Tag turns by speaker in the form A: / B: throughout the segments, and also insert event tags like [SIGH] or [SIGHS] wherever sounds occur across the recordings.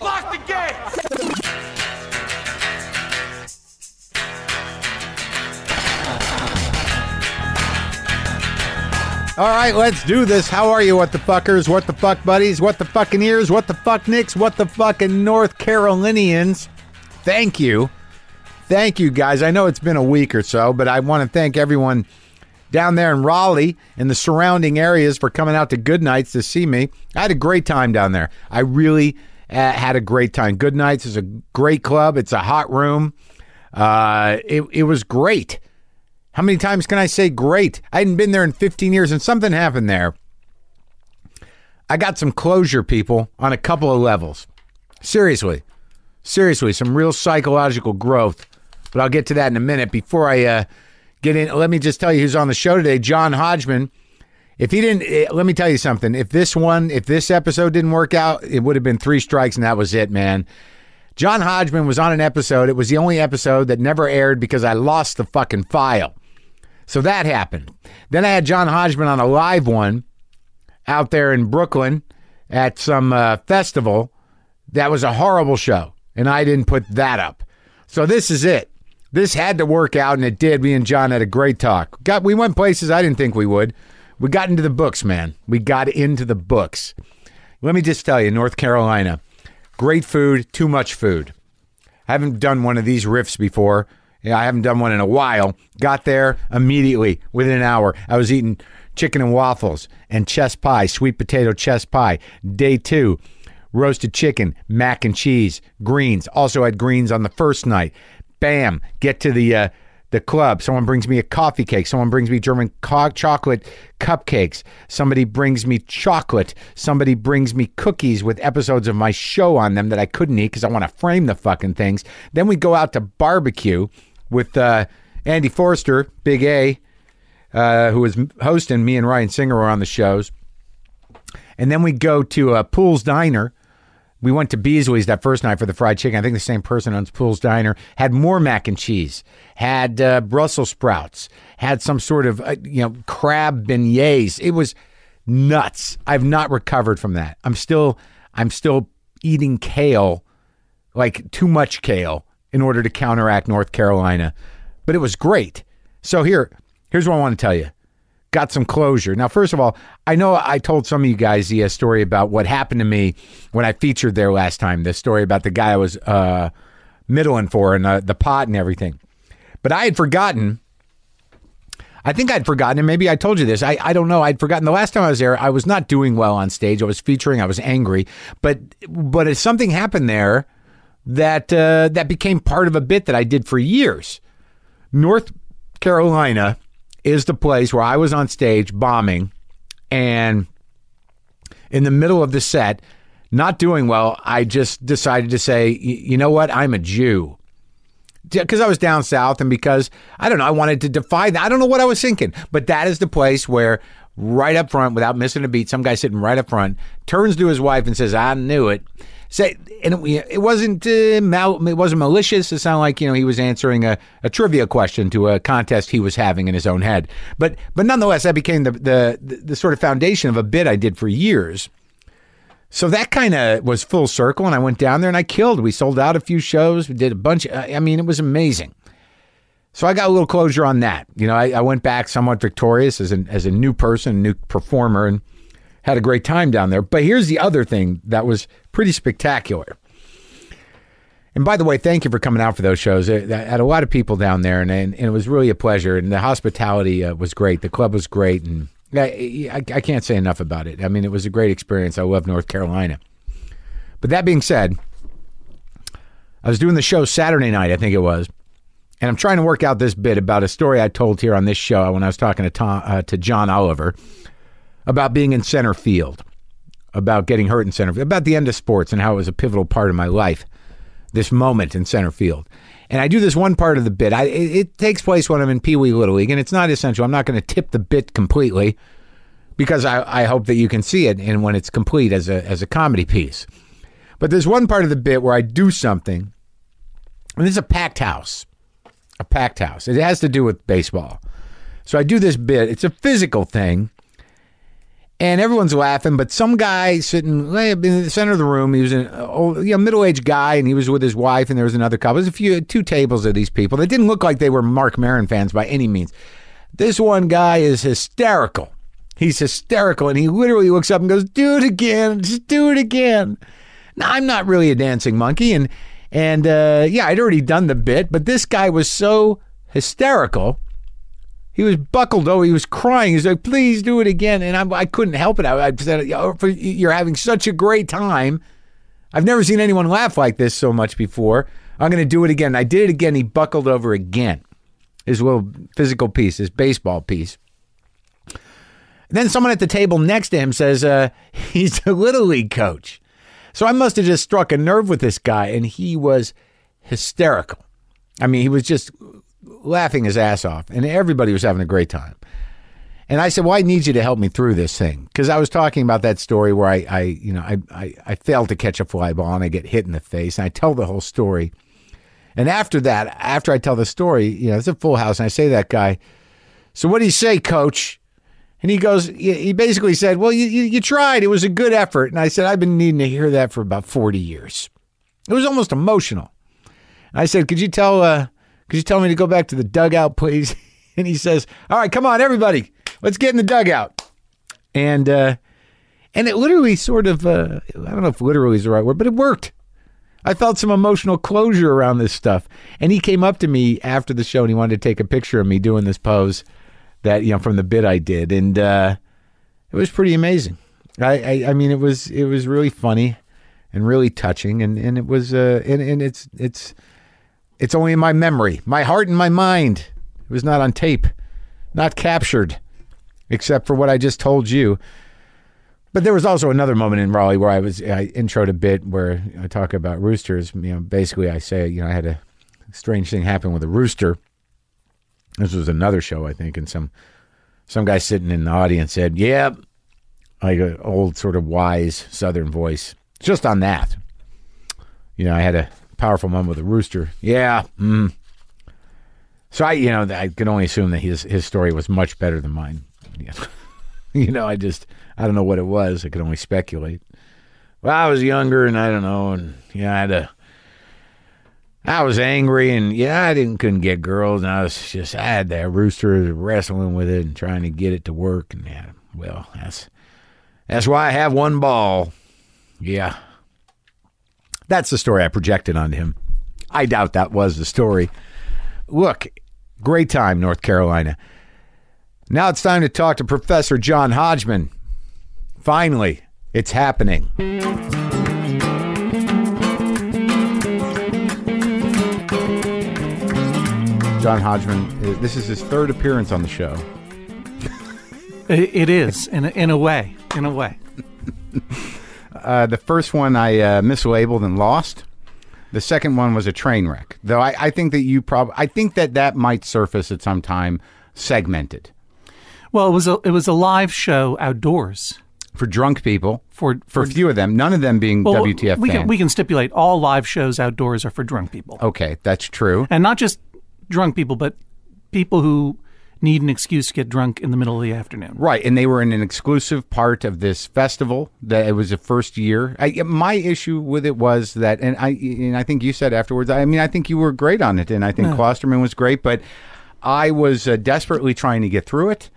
A: Lock the gate!
B: All right, let's do this. How are you, what the fuckers? What the fuck buddies? What the fucking ears? What the fuck nicks? What the fucking North Carolinians? Thank you. Thank you, guys. I know it's been a week or so, but I want to thank everyone down there in Raleigh and the surrounding areas for coming out to Good Nights to see me. I had a great time down there. I really uh, had a great time. Good Nights is a great club, it's a hot room. Uh, it, it was great. How many times can I say great? I hadn't been there in 15 years and something happened there. I got some closure, people, on a couple of levels. Seriously. Seriously, some real psychological growth. But I'll get to that in a minute. Before I uh, get in, let me just tell you who's on the show today John Hodgman. If he didn't, eh, let me tell you something. If this one, if this episode didn't work out, it would have been three strikes and that was it, man. John Hodgman was on an episode. It was the only episode that never aired because I lost the fucking file. So that happened. Then I had John Hodgman on a live one out there in Brooklyn at some uh, festival. That was a horrible show, and I didn't put that up. So this is it. This had to work out, and it did. Me and John had a great talk. Got we went places I didn't think we would. We got into the books, man. We got into the books. Let me just tell you, North Carolina, great food, too much food. I haven't done one of these riffs before. Yeah, I haven't done one in a while. Got there immediately within an hour. I was eating chicken and waffles and chest pie, sweet potato chest pie. Day two, roasted chicken, mac and cheese, greens. Also had greens on the first night. Bam, get to the uh, the club. Someone brings me a coffee cake. Someone brings me German co- chocolate cupcakes. Somebody brings me chocolate. Somebody brings me cookies with episodes of my show on them that I couldn't eat because I want to frame the fucking things. Then we go out to barbecue with uh, Andy Forster, Big A, uh, who was m- hosting. Me and Ryan Singer were on the shows. And then we go to uh, Pool's Diner. We went to Beasley's that first night for the fried chicken. I think the same person owns Pool's Diner. Had more mac and cheese. Had uh, Brussels sprouts. Had some sort of uh, you know crab beignets. It was nuts. I've not recovered from that. I'm still I'm still eating kale, like too much kale, in order to counteract North Carolina. But it was great. So here here's what I want to tell you got some closure. Now, first of all, I know I told some of you guys the uh, story about what happened to me when I featured there last time. The story about the guy I was uh, middling for and uh, the pot and everything. But I had forgotten. I think I'd forgotten, and maybe I told you this. I, I don't know. I'd forgotten. The last time I was there, I was not doing well on stage. I was featuring. I was angry, but but if something happened there that uh, that became part of a bit that I did for years. North Carolina is the place where I was on stage bombing and in the middle of the set, not doing well, I just decided to say, "Y- you know what? I'm a Jew. Because I was down south and because I don't know, I wanted to defy that. I don't know what I was thinking, but that is the place where right up front, without missing a beat, some guy sitting right up front turns to his wife and says, I knew it. Say, and it, it wasn't uh, mal, it wasn't malicious. It sounded like you know he was answering a, a trivia question to a contest he was having in his own head. But but nonetheless, that became the the, the, the sort of foundation of a bit I did for years. So that kind of was full circle, and I went down there and I killed. We sold out a few shows. We did a bunch. uh, I I mean, it was amazing. So I got a little closure on that. You know, I, I went back somewhat victorious as an as a new person, new performer, and had a great time down there. But here's the other thing that was pretty spectacular. And by the way, thank you for coming out for those shows. I, I had a lot of people down there, and, and, and it was really a pleasure. And the hospitality uh, was great. The club was great, and I, I, I can't say enough about it. I mean, it was a great experience. I love North Carolina. But that being said, I was doing the show Saturday night, I think it was, and I'm trying to work out this bit about a story I told here on this show when I was talking to Tom, uh, to John Oliver about being in center field, about getting hurt in center field, about the end of sports and how it was a pivotal part of my life, this moment in center field. And I do this one part of the bit. I, it, it takes place when I'm in Pee Wee Little League, and it's not essential. I'm not going to tip the bit completely because I, I hope that you can see it and when it's complete as a, as a comedy piece. But there's one part of the bit where I do something, and this is a packed house. A packed house. It has to do with baseball. So I do this bit. It's a physical thing and everyone's laughing. But some guy sitting eh, in the center of the room, he was an uh, old, you know, middle-aged guy, and he was with his wife, and there was another couple. There's a few, two tables of these people. They didn't look like they were Mark Maron fans by any means. This one guy is hysterical. He's hysterical, and he literally looks up and goes, "Do it again, just do it again." Now I'm not really a dancing monkey, and and uh, yeah, I'd already done the bit, but this guy was so hysterical. He was buckled over. He was crying. He was like, "Please do it again." And I, I couldn't help it. I, I said, "Oh, for- "You're having such a great time. I've never seen anyone laugh like this so much before. I'm going to do it again." I did it again. He buckled over again. His little physical piece, his baseball piece. And then someone at the table next to him says, uh, [LAUGHS] "He's a little league coach." So I must have just struck a nerve with this guy, and he was hysterical. I mean, he was just laughing his ass off, and everybody was having a great time. And I said, "Well, I need you to help me through this thing," because I was talking about that story where I, I you know, I, I, I failed to catch a fly ball and I get hit in the face, and I tell the whole story. And after that, after I tell the story, you know, it's a full house, and I say to that guy, "So what do you say, Coach?" And he goes, he he basically said, "Well, you, you, you tried. It was a good effort." And I said, "I've been needing to hear that for about forty years." It was almost emotional. And I said, "Could you tell? Uh, could you tell me to go back to the dugout, please?" [LAUGHS] And he says, "All right, come on, everybody, let's get in the dugout." And uh, and it literally sort of uh, I don't know if literally is the right word, but it worked. I felt some emotional closure around this stuff. And he came up to me after the show and he wanted to take a picture of me doing this pose that you know from the bit I did, and uh, it was pretty amazing. I, I I mean it was it was really funny and really touching, and and it was uh and and it's it's it's only in my memory, my heart and my mind. It was not on tape, not captured, except for what I just told you. But there was also another moment in Raleigh where I was I introed a bit where I talk about roosters. You know, basically I say you know I had a strange thing happen with a rooster. This was another show I think, and some some guy sitting in the audience said, "Yeah," like an old sort of wise Southern voice. Just on that, you know, I had a powerful moment with a rooster. Yeah. Mm. So I, you know, I can only assume that his his story was much better than mine. Yeah. [LAUGHS] you know, I just I don't know what it was. I could only speculate. Well, I was younger, and I don't know, and yeah, I had a. I was angry, and yeah, I didn't couldn't get girls, and I was just I had that rooster wrestling with it and trying to get it to work, and yeah, well, that's that's why I have one ball. Yeah. That's the story I projected onto him. I doubt that was the story. Look, great time, North Carolina. Now it's time to talk to Professor John Hodgman. Finally, it's happening. John Hodgman, uh, this is his third appearance on the show.
A: It it is, in a, in a way, in a way.
B: Uh, the first one I uh, mislabeled and lost. The second one was a train wreck, though I, I think that you probably I think that that might surface at some time segmented
A: Well, it was a it was a live show outdoors
B: for drunk people.
A: for
B: For a few of them, none of them being
A: well,
B: WTF
A: We can
B: fans. Oh.
A: we can stipulate all live shows outdoors are for drunk people,
B: okay, that's true.
A: and not just drunk people, but people who need an excuse to get drunk in the middle of the afternoon.
B: Right, and they were in an exclusive part of this festival. That it was the first year. I, my issue with it was that, and I, and I think you said afterwards. I mean, I think you were great on it, and I think Klosterman was great, but I was uh, desperately trying to get through it,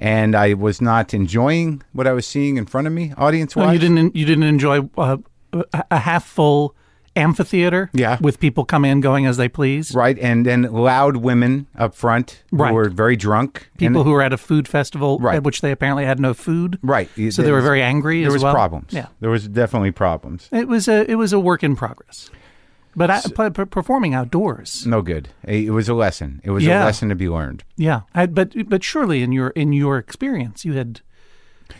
B: and I was not enjoying what I was seeing in front of me, audience
A: Oh,
B: wise.
A: you didn't you didn't enjoy uh, a, a half full amphitheater,
B: Yeah.
A: with people coming and going as they please.
B: right, and then loud women up front
A: Right.
B: who were very drunk.
A: People
B: and,
A: who were at a food festival
B: Right.
A: at which they apparently had no food.
B: right, it-
A: So they were very angry
B: There
A: as
B: was
A: well.
B: problems.
A: Yeah.
B: there was definitely problems.
A: It was a it was a work in progress, but I, p- p- performing outdoors,
B: No good. It was a lesson. It was a
A: Yeah.
B: lesson to be learned.
A: yeah. I, but but surely in your in your experience, you had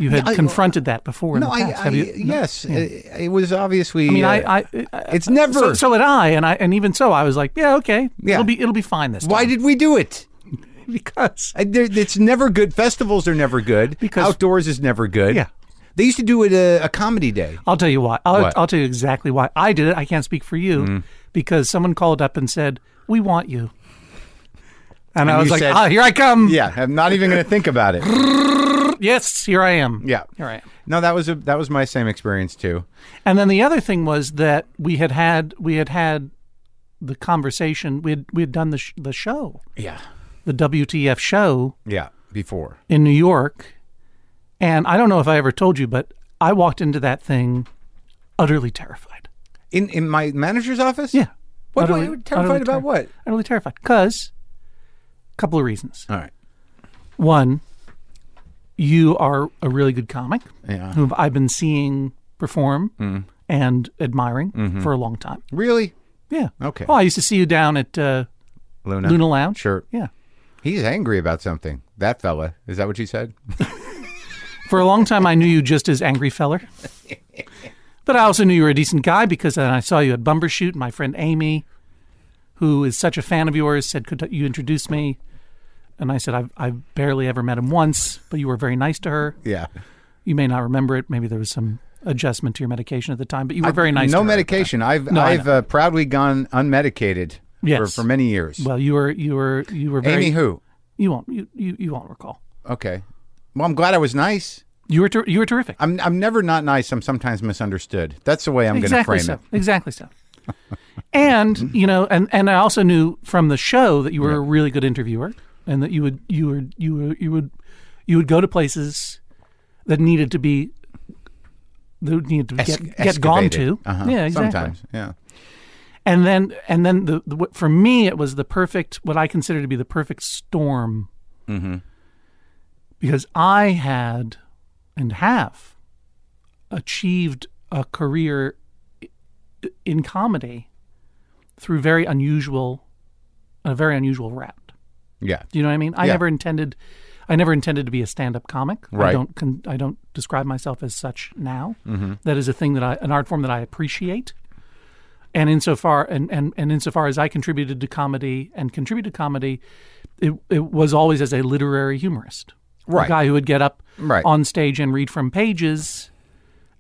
A: you had
B: I-
A: confronted that before.
B: No,
A: in the
B: I,
A: past.
B: I
A: Have you- no?
B: yes, it, it was obviously.
A: I mean,
B: uh,
A: I, I, I
B: it's never.
A: so, so had I, and I and even so, I was like, yeah, okay,
B: Yeah.
A: it'll be it'll be fine this
B: why
A: time.
B: did we do it? [LAUGHS]
A: because
B: I, there, it's never good. Festivals are never good.
A: Because-
B: outdoors is never good.
A: Yeah.
B: they used to do it uh, a, a comedy day.
A: I'll tell you why. I'll,
B: What? Mm.
A: I'll tell you exactly why I did it. I can't speak for you because someone called up and said we want you, and, I
B: And
A: was
B: you
A: like,
B: said-
A: ah, here I come.
B: [LAUGHS] Yeah, I'm not even going to think about it.
A: yes, here I am.
B: Yeah.
A: Here I am.
B: No, that was a, that was my same experience too.
A: And then the other thing was that we had had we had had the conversation. We had we had done the sh- the show,
B: Yeah.
A: the WTF show
B: Yeah. Before.
A: in New York, and I don't know if I ever told you, but I walked into that thing utterly terrified.
B: In in my manager's office?
A: Yeah.
B: What were
A: Utterly-
B: you terrified
A: utterly
B: about
A: terri-
B: what?
A: Utterly terrified because a couple of reasons.
B: All right.
A: One, you are a really good comic
B: Yeah. Mm-hmm.
A: whom I've been seeing perform and admiring for a long time.
B: Really?
A: Yeah.
B: Mm-hmm. Okay.
A: Well, I used to see you down at uh,
B: Luna.
A: Luna Lounge.
B: Sure.
A: Yeah.
B: He's angry about something. That fella. Is that what you said? [LAUGHS]
A: For a long time, I knew you just as Angry
B: [LAUGHS]
A: Feller. but I also knew you were a decent guy because then I saw you at Bumbershoot. and My friend Amy, who is such a fan of yours, said, Could you introduce me? And I said, I've, I've barely ever met him once, but you were very nice to her.
B: Yeah.
A: You may not remember it. Maybe there was some adjustment to your medication at the time, but you were very nice
B: No
A: to her.
B: medication. I've
A: I
B: I've uh, proudly gone unmedicated for,
A: Yes.
B: for many years.
A: Well, you were, you were, you were very.
B: Amy who?
A: You won't, you, you, you won't recall.
B: Okay. Well, I'm glad I was nice.
A: You were, ter- you were terrific.
B: I'm I'm never not nice. I'm sometimes misunderstood. That's the way I'm
A: exactly
B: going to frame
A: so. Exactly so. [LAUGHS] and you know, and and I also knew from the show that you were a really good interviewer, and that you would you were you were you would you would go to places that needed to be that needed to
B: it.
A: get
B: Es-
A: get gone
B: excavated.
A: to.
B: Uh-huh.
A: Yeah, exactly.
B: Sometimes. Yeah.
A: And then and then the, the what- for me it was the perfect what I consider to be the perfect storm. Mm-hmm. Because I had and have achieved a career i- in comedy through very unusual a very unusual route.
B: Yeah.
A: Do you know what I mean? I
B: Yeah.
A: never intended I never intended to be a stand-up comic.
B: Right.
A: I don't con- I don't describe myself as such now.
B: Mm-hmm.
A: That is a thing that I an art form that I appreciate. And insofar and, and, and insofar as I contributed to comedy and contributed to comedy, it it was always as a literary humorist.
B: Right.
A: A guy who would get up
B: Right.
A: on stage and read from pages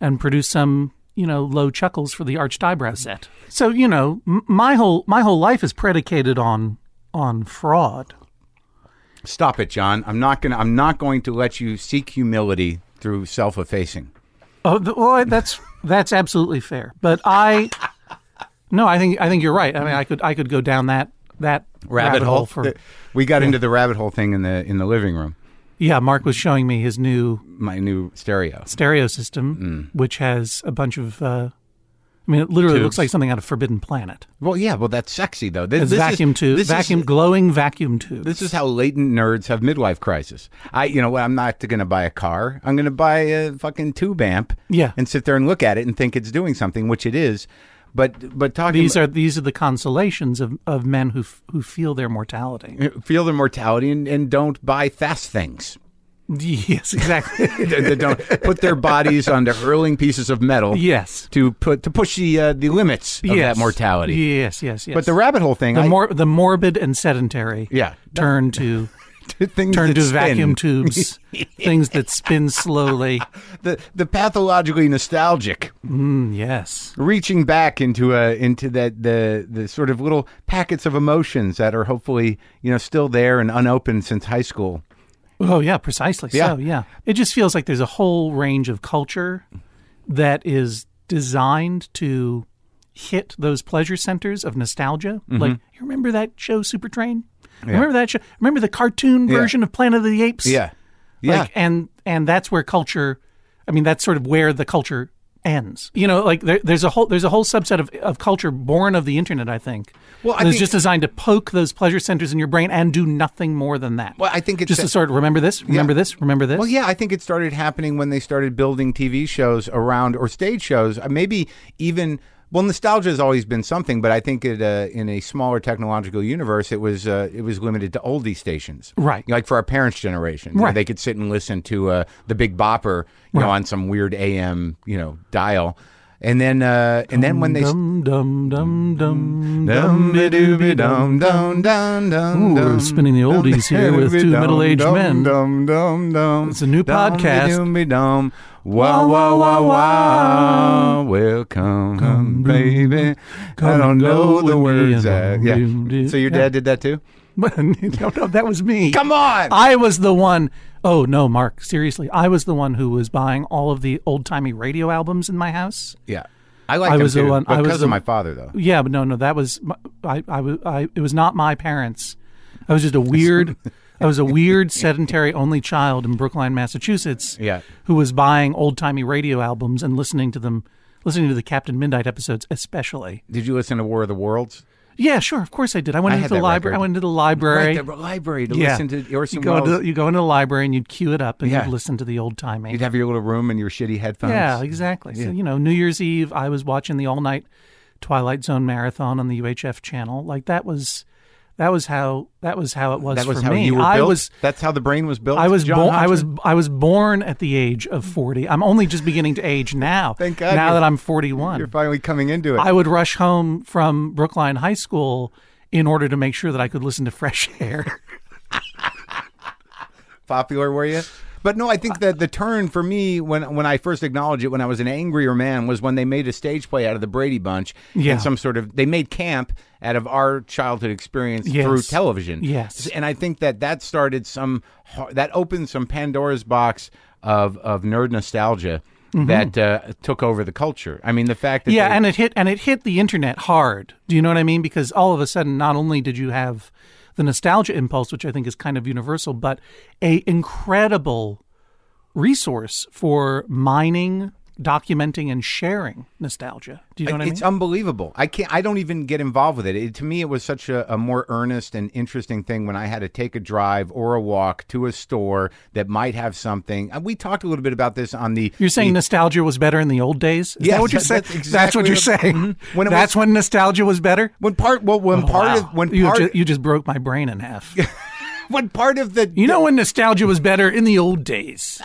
A: and produce some you know low chuckles for the arched eyebrow set. So you know m- my whole my whole life is predicated on on fraud.
B: Stop it, John. I'm not going to I'm not going to let you seek humility through self-effacing.
A: Oh th- well, I- that's that's absolutely fair. But I no, I think I think you're right. I mean, I could I could go down that that
B: Rabbit, hole.
A: for
B: The- Uh, we got into the rabbit hole thing in the in the living room.
A: yeah. Mark was showing me his new
B: My new stereo.
A: stereo system,
B: Mm.
A: which has a bunch of. Uh, I mean, it literally looks like something out of Forbidden Planet.
B: Well, yeah, well that's sexy though. This, this
A: vacuum
B: is,
A: tube,
B: this
A: vacuum,
B: Is,
A: glowing vacuum tube.
B: this is how latent nerds have midlife crisis. I, you know what? I'm not going to buy a car. I'm going to buy a fucking tube amp.
A: Yeah.
B: and sit there and look at it and think it's doing something, which it is. But but talking
A: These are these are the consolations of, of men who f- who feel their mortality.
B: feel the mortality and, and don't buy fast things. Mm.
A: [LAUGHS] Yes, exactly.
B: [LAUGHS] They- they don't put their bodies onto hurling pieces of metal.
A: yes,
B: to put to push the uh, the limits of
A: yes.
B: that mortality.
A: Yes, yes, yes.
B: But the rabbit hole thing,
A: the
B: [LAUGHS] I,
A: mor- the morbid and sedentary.
B: Yeah.
A: turn
B: [LAUGHS]
A: to
B: things
A: turn
B: that
A: to
B: spin. [LAUGHS]
A: vacuum tubes, things that spin slowly.
B: the the pathologically nostalgic,
A: Mm, yes.
B: reaching back into a into that the the sort of little packets of emotions that are hopefully you know still there and unopened since high school.
A: Oh yeah, precisely.
B: Yeah.
A: So yeah, it just feels like there's a whole range of culture that is designed to hit those pleasure centers of nostalgia.
B: Mm-hmm.
A: Like you remember that show Supertrain? Remember that show? Remember the cartoon version of Planet of the Apes?
B: yeah.
A: Like, and and that's where culture. I mean, that's sort of where the culture ends. You know, like there, there's a whole there's a whole subset of, of culture born of the internet. I think.
B: Well, I
A: that's
B: think-
A: just designed to poke those pleasure centers in your brain and do nothing more than that.
B: well, I think it's
A: just to sort of remember this, remember this, remember this.
B: Well, yeah, I think it started happening when they started building TV shows around or stage shows. Uh, Maybe even well, nostalgia has always been something, but I think it, uh, in a smaller technological universe, it was uh, it was limited to oldie stations,
A: Right.
B: Like for our parents' generation, You know,
A: Right.
B: they could sit and listen to uh, the Big Bopper, you know, on some weird AM, you know, dial. And then, uh, and then when they
A: Dum dum dum
B: Dum
A: dum dum
B: dum
A: dum dum. [LAUGHS]
B: dum dum dum dum.
A: Ooh, we're spinning the oldies here with two middle-aged men.
B: Dum dum dum.
A: It's a new podcast.
B: Dum dum. Wow wow wow wow. Welcome, home, baby. I
A: Come
B: don't
A: go
B: know the
A: with me
B: words.
A: and
B: uh,
A: I'll do-
B: Yeah.
A: do-
B: So your
A: yeah.
B: dad did that too?
A: no, no, that was me.
B: Come on.
A: I was the one. Oh no, Mark. Seriously, I was the one who was buying all of the old timey radio albums in my house.
B: yeah. I like
A: I
B: them
A: was the
B: too,
A: one-
B: but
A: I was
B: because
A: the-
B: of my father though.
A: Yeah, but no, no, that was my- I, I, was- I it was not my parents. I was just
B: [LAUGHS]
A: a weird, I was a weird sedentary only child in Brookline, Massachusetts.
B: Yeah.
A: who was buying old timey radio albums and listening to them, listening to the Captain Midnight episodes especially.
B: Did you listen to War of the Worlds?
A: Yeah, sure, of course I did. I went
B: I
A: into
B: had
A: the
B: that
A: library. I
B: record.
A: went into the library.
B: Right, the library to
A: yeah,
B: listen to
A: you
B: Orson
A: go
B: Welles.
A: into you go into the library and you'd queue it up and
B: Yeah.
A: you'd listen to the old timey.
B: You'd have your little room and your shitty headphones.
A: Yeah, exactly. So, you know, New Year's Eve, I was watching the all night Twilight Zone marathon on the UHF channel. Like that was that was how that was how it was,
B: that was
A: for
B: how
A: me.
B: you were
A: I
B: built.
A: was
B: That's how the brain was built.
A: I was
B: John
A: born I was
B: Hodgman?
A: I was born at the age of 40. I'm only just beginning to age now.
B: Thank God
A: Now
B: you're-
A: that I'm 41.
B: You're finally coming into it.
A: I would rush home from Brookline High School in order to make sure that I could listen to fresh [LAUGHS] air.
B: popular were you? But no, I think that the turn for me when when I first acknowledged it when I was an angrier man was when they made a stage play out of the Brady Bunch
A: Yeah.
B: and some sort of they made camp out of our childhood experience
A: Yes.
B: through television.
A: Yes.
B: and I think that that started some har- that opened some Pandora's box of of nerd nostalgia that uh, took over the culture. I mean, the fact that
A: yeah,
B: they-
A: and it hit and it hit the internet hard. Do you know what I mean? Because all of a sudden, not only did you have the nostalgia impulse, which I think is kind of universal, but a incredible resource for mining, documenting, and sharing nostalgia. Do you know what I mean?
B: it's unbelievable. I can't. I don't even get involved with it. it to me, it was such a, a more earnest and interesting thing when I had to take a drive or a walk to a store that might have something. And we talked a little bit about this on the.
A: You're saying nostalgia was better in the old days? Is
B: Yes,
A: that what you're
B: that-
A: saying?
B: that's exactly
A: That's what you're
B: what-
A: saying.
B: When it
A: that's when nostalgia was better.
B: when part well when part
A: Oh, Wow.
B: of when
A: you,
B: part
A: ju- you just broke my brain
B: [LAUGHS]
A: in half.
B: when part of the
A: you know when nostalgia was better in the old days.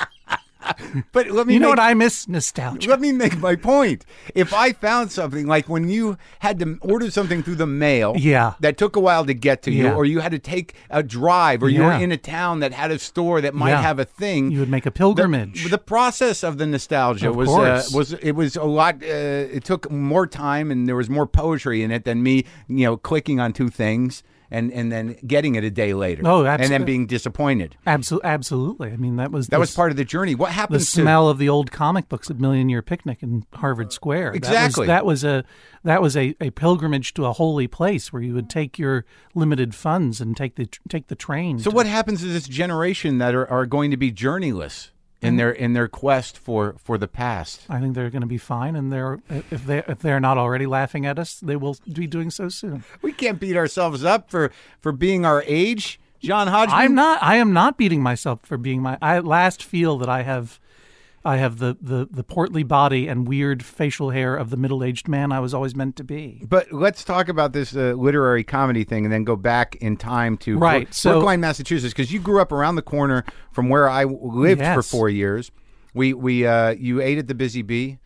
B: but let me
A: You know
B: make-
A: what I miss? Nostalgia.
B: Let me make my point. If I found something like when you had to order something through the mail,
A: Yeah.
B: that took a while to get to
A: Yeah.
B: you, or you had to take a drive, or you
A: Yeah.
B: were in a town that had a store that might
A: Yeah.
B: have a thing,
A: You would make a pilgrimage.
B: The, the process of the nostalgia
A: Of
B: was uh,
A: course.
B: was it was a lot. Uh, it took more time, and there was more poetry in it than me, you know, clicking on two things and and then getting it a day later.
A: Oh,
B: and
A: absolutely.
B: then being disappointed.
A: Absolutely, absolutely. I mean, that was
B: That
A: the,
B: was part of the journey. What
A: the
B: happens to
A: smell of the old comic books at Million Year Picnic in Harvard Square. That was-
B: Exactly.
A: That was, a that was a, a pilgrimage to a holy place where you would take your limited funds and take the take the train.
B: So what happens to this generation that are, are going to be journeyless in their in their quest for for the past?
A: I think they're going to be fine, and they're if they if they're not already laughing at us, they will be doing so soon.
B: We can't beat ourselves up for for being our age, John Hodgman. [LAUGHS]
A: I'm not. I am not beating myself for being my. I at last feel that I have, I have the the the portly body and weird facial hair of the middle aged man I was always meant to be.
B: but let's talk about this uh, literary comedy thing and then go back in time to Bro-
A: Right, so-
B: Brookline, Massachusetts, because you grew up around the corner from where I w- lived for
A: Yes.
B: four years. We we uh, you ate at the Busy Bee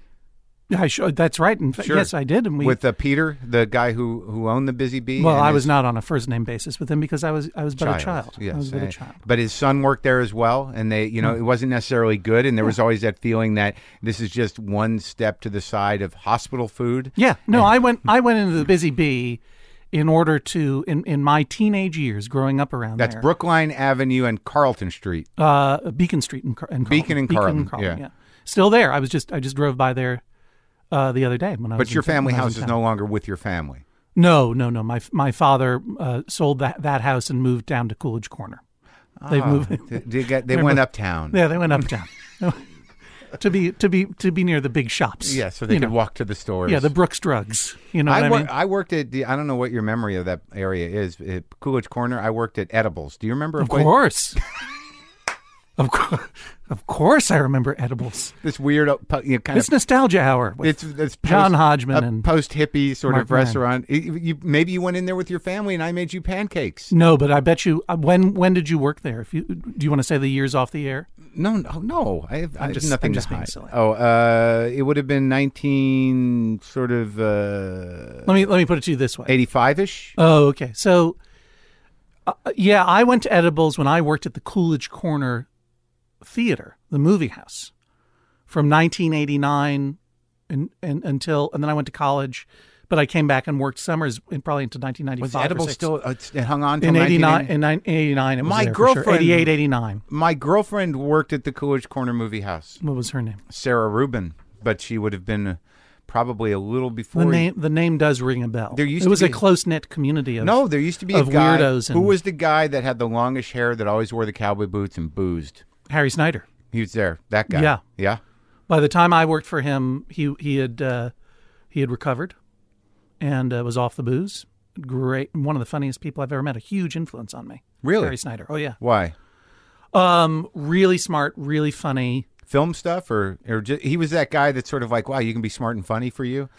A: I sure. That's right. In fact,
B: Sure.
A: yes, I did. And we.
B: with uh, Peter, the guy who who owned the Busy Bee.
A: well,
B: and
A: I
B: his
A: was not on a first name basis with him because I was I was but a child.
B: Yes,
A: I was but a
B: eh,
A: child. Hmm.
B: But his son worked there as well, and they, you know, it wasn't necessarily good, and there was always that feeling that this is just one step to the side of hospital food.
A: Yeah. No,
B: Eh.
A: I went I went
B: [LAUGHS]
A: into the busy bee, in order to in in my teenage years growing up around
B: That's
A: there.
B: Brookline Avenue and Carlton Street.
A: uh, Beacon Street and, Car- and Carlton.
B: Beacon and Carlton, yeah.
A: Still there. I was just I just drove by there uh, the other day when I was.
B: But your
A: in-
B: family
A: when I
B: house
A: was
B: is
A: in
B: no longer with your family.
A: town. No, no, no. My my father uh, sold that that house and moved down to Coolidge Corner. They've
B: Ah.
A: moved. [LAUGHS]
B: They, they got- they went uptown.
A: Yeah, they went uptown [LAUGHS] to be to be to be near the big shops.
B: Yeah, so they
A: you
B: could
A: know.
B: walk to the stores.
A: Yeah, the Brooks Drugs. You know
B: I,
A: what I
B: wor-
A: mean?
B: I worked at the, I don't know what your memory of that area is. At Coolidge Corner, I worked at Edibles. Do you remember? a
A: Of
B: place-
A: course. of course. Of course, I remember edibles.
B: This weird, uh, pu- you know, kind of
A: It's nostalgia hour. with-
B: It's, it's
A: John
B: post-
A: Hodgman
B: a
A: and
B: post hippie sort
A: Mark
B: of
A: Maron.
B: restaurant. It- you- maybe you went in there with your family, and I made you pancakes.
A: No, but I bet you. uh, When when did you work there? If you do, you want to say the years off the air?
B: No, no, no. I have, I have
A: just-
B: nothing
A: I'm
B: to
A: just being
B: hide.
A: silly.
B: Oh, uh, it would have been nineteen, sort of uh,
A: Let me let me put it to you this way.
B: eighty-five ish.
A: Oh, okay. So, uh, yeah, I went to Edibles when I worked at the Coolidge Corner Theater, the movie house, from 1989 and, and until and then I went to college but I came back and worked summers in probably into 1995.
B: Was
A: or
B: edible
A: six.
B: still? Uh, it hung on till
A: in 89?
B: 1980?
A: In nine- 89, it was
B: My
A: there for sure.
B: girlfriend-
A: 88, 89.
B: My girlfriend worked at the Coolidge Corner Movie House,
A: What was her name?
B: Sarah Rubin, but she would have been uh, probably a little before.
A: The
B: you-
A: name, the name does ring a bell.
B: There used
A: it
B: to
A: was
B: be-
A: a close knit community of
B: No, there used to be
A: of
B: a guy
A: weirdos
B: who
A: and-
B: was the guy that had the longish hair that always wore the cowboy boots and boozed.
A: Harry Snyder.
B: He was there. That guy.
A: Yeah.
B: Yeah.
A: By the time I worked for him, he he had uh, he had recovered and uh, was off the booze. Great, one of the funniest people I've ever met. A huge influence on me.
B: Really?
A: Harry Snyder. Oh yeah,
B: Why?
A: um, really smart, really funny.
B: Film stuff or or just, he was that guy that's sort of like, wow, you can be smart and funny for you.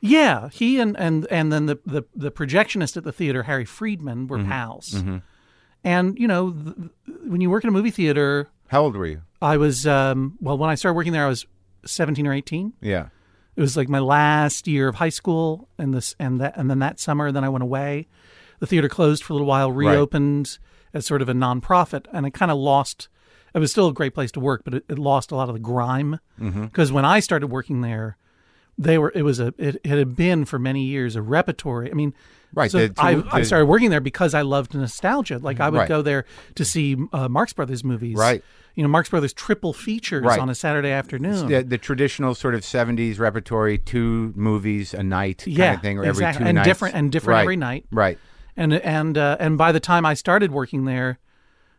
A: Yeah, he and and and then the the, the projectionist at the theater, Harry Friedman, were pals. And you know, th- th- when you work in a movie theater,
B: How old were you?
A: I was um, well when I started working there, I was seventeen or eighteen.
B: Yeah.
A: It was like my last year of high school, and this and that, and then that summer, then I went away. The theater closed for a little while, reopened as sort of a nonprofit, and I kind of lost. It was still a great place to work, but it, it lost a lot of the grime
B: Mm-hmm.
A: because when I started working there, they were it was a it, it had been for many years a repertory. I mean,
B: Right,
A: So
B: the-
A: I,
B: the-
A: I started working there because I loved nostalgia. Like I would
B: Right.
A: go there to see uh, Marx Brothers movies.
B: Right.
A: You know, Marx Brothers triple features
B: Right.
A: on a Saturday afternoon.
B: The, the traditional sort of 70s repertory, two movies a night kind
A: Yeah,
B: of thing, or every
A: exactly.
B: two
A: And
B: nights.
A: different- and different
B: Right.
A: every night.
B: Right.
A: and and uh, and by the time I started working there,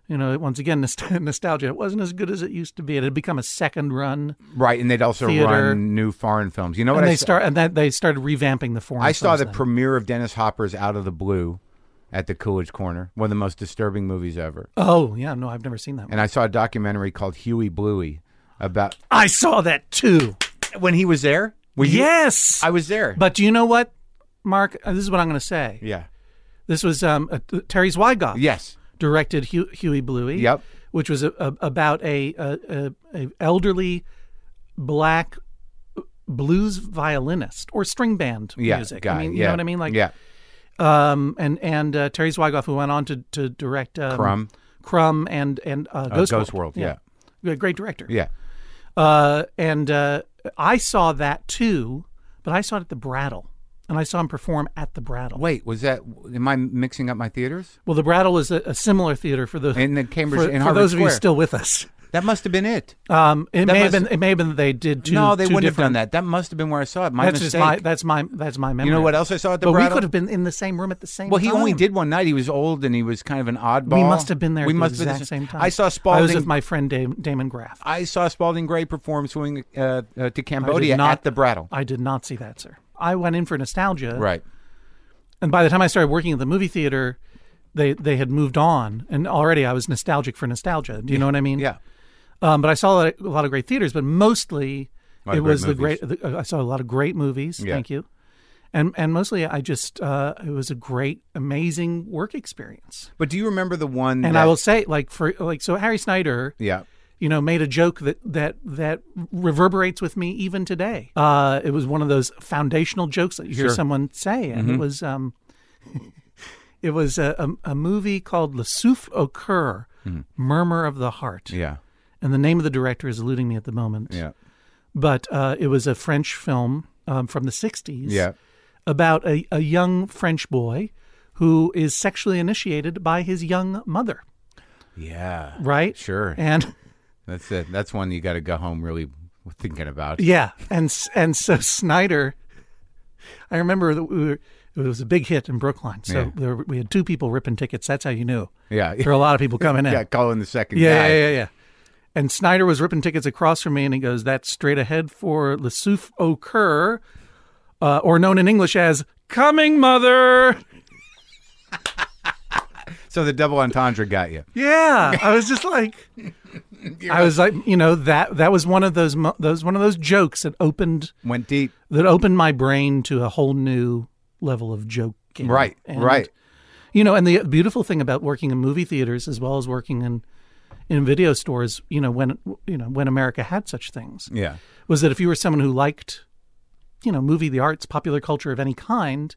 A: you know, once again [LAUGHS] nost- nostalgia. It wasn't as good as it used to be. It had become a second run,
B: Right. And they'd also
A: Theater.
B: run new foreign films. You know what
A: and
B: I
A: they
B: saw?
A: start and that they started revamping the form.
B: I saw
A: films
B: the
A: then.
B: premiere of Dennis Hopper's Out of the Blue at the Coolidge Corner, one of the most disturbing movies ever.
A: oh yeah, no, I've never seen that. One.
B: And I saw a documentary called Huey Bluey about
A: I saw that too.
B: when he was there. Were you-
A: yes,
B: I was there.
A: but do you know what, Mark? Uh, This is what I'm going to say.
B: yeah.
A: This was um, uh, Terry Zweigoff
B: Yes.
A: directed Hu- Huey Bluey.
B: Yep.
A: which was a, a, about a, a, a, a elderly black blues violinist or string band
B: Yeah.
A: music.
B: Guy.
A: I mean,
B: yeah.
A: you know what I mean? Like,
B: yeah.
A: um, and and uh, Terry Zwigoff, who went on to to direct um,
B: Crumb.
A: Crumb, and and uh, Ghost,
B: Ghost World,
A: yeah, great director.
B: Yeah.
A: Uh, and uh, I saw that too, but I saw it at the Brattle, and I saw him perform at the Brattle.
B: Wait, was that? Am I mixing up my theaters?
A: Well, the Brattle is a, a similar theater for the
B: In the Cambridge,
A: for,
B: in
A: for
B: Harvard
A: those of you
B: Square.
A: still with us.
B: That must have been it.
A: Um, it
B: That
A: may have
B: must-
A: been. It may have been that they did two.
B: no, they
A: two
B: wouldn't have
A: different-
B: done that. That must have been where I saw it. My
A: That's
B: mistake.
A: just my. That's my. That's my memory.
B: you know what else I saw at the
A: But we
B: Brattle?
A: could have been in the same room at the same.
B: Well, he only
A: time.
B: did one night. He was old and he was kind of an oddball.
A: Oh. We must have been there.
B: We
A: at
B: must have
A: the
B: been
A: exact same time.
B: I saw
A: I was
B: Spalding.
A: with my friend Dam- Damon Graff.
B: I saw Spalding Gray perform "Swing uh, uh, to
A: I did
B: Cambodia"
A: not-
B: at the Brattle.
A: I did not see that, sir. I went in for nostalgia,
B: Right.
A: and by the time I started working at the movie theater, they they had moved on, and already I was nostalgic for nostalgia. Do you know what I mean?
B: Yeah.
A: Um, but I saw a lot of, a lot of great theaters, but mostly
B: lot
A: it
B: of great
A: was the
B: movies.
A: great. The, uh, I saw a lot of great movies.
B: Yeah.
A: Thank you. And and mostly I just uh, it was a great, amazing work experience.
B: But do you remember the one?
A: And
B: that,
A: I will say, like for like, so Harry Snyder,
B: Yeah.
A: you know, made a joke that that that reverberates with me even today. Uh, it was one of those foundational jokes that you hear
B: Sure. Mm-hmm.
A: someone say, and it was um, [LAUGHS] it was a, a, a movie called Le Souffle au Coeur,
B: Hmm.
A: Murmur of the Heart,
B: Yeah.
A: and the name of the director is eluding me at the moment.
B: Yeah.
A: But uh, it was a French film um, from the '60s
B: Yeah.
A: about a, a young French boy who is sexually initiated by his young mother,
B: Yeah.
A: right?
B: Sure.
A: And
B: That's it. That's one you got to go home really thinking about.
A: Yeah, and s- and so Snyder, I remember that we were, it was a big hit in Brookline. So
B: Yeah.
A: there, we had two people ripping tickets. That's how you knew
B: Yeah. [LAUGHS]
A: there were a lot of people coming in.
B: Yeah. Calling the second
A: yeah,
B: guy.
A: yeah, yeah, yeah. And Snyder was ripping tickets across from me, and he goes, "That's straight ahead for Le Souffle au Coeur, uh, or known in English as Coming Mother."
B: So the double entendre got you.
A: Yeah, I was just like,
B: [LAUGHS]
A: I was like, you know that that was one of those mo- those one of those jokes that opened
B: Went deep.
A: that opened my brain to a whole new level of joking.
B: Right.
A: And,
B: right.
A: You know, and the beautiful thing about working in movie theaters as well as working in in video stores, you know, when you know when America had such things,
B: Yeah.
A: was that if you were someone who liked, you know, movie, the arts, popular culture of any kind,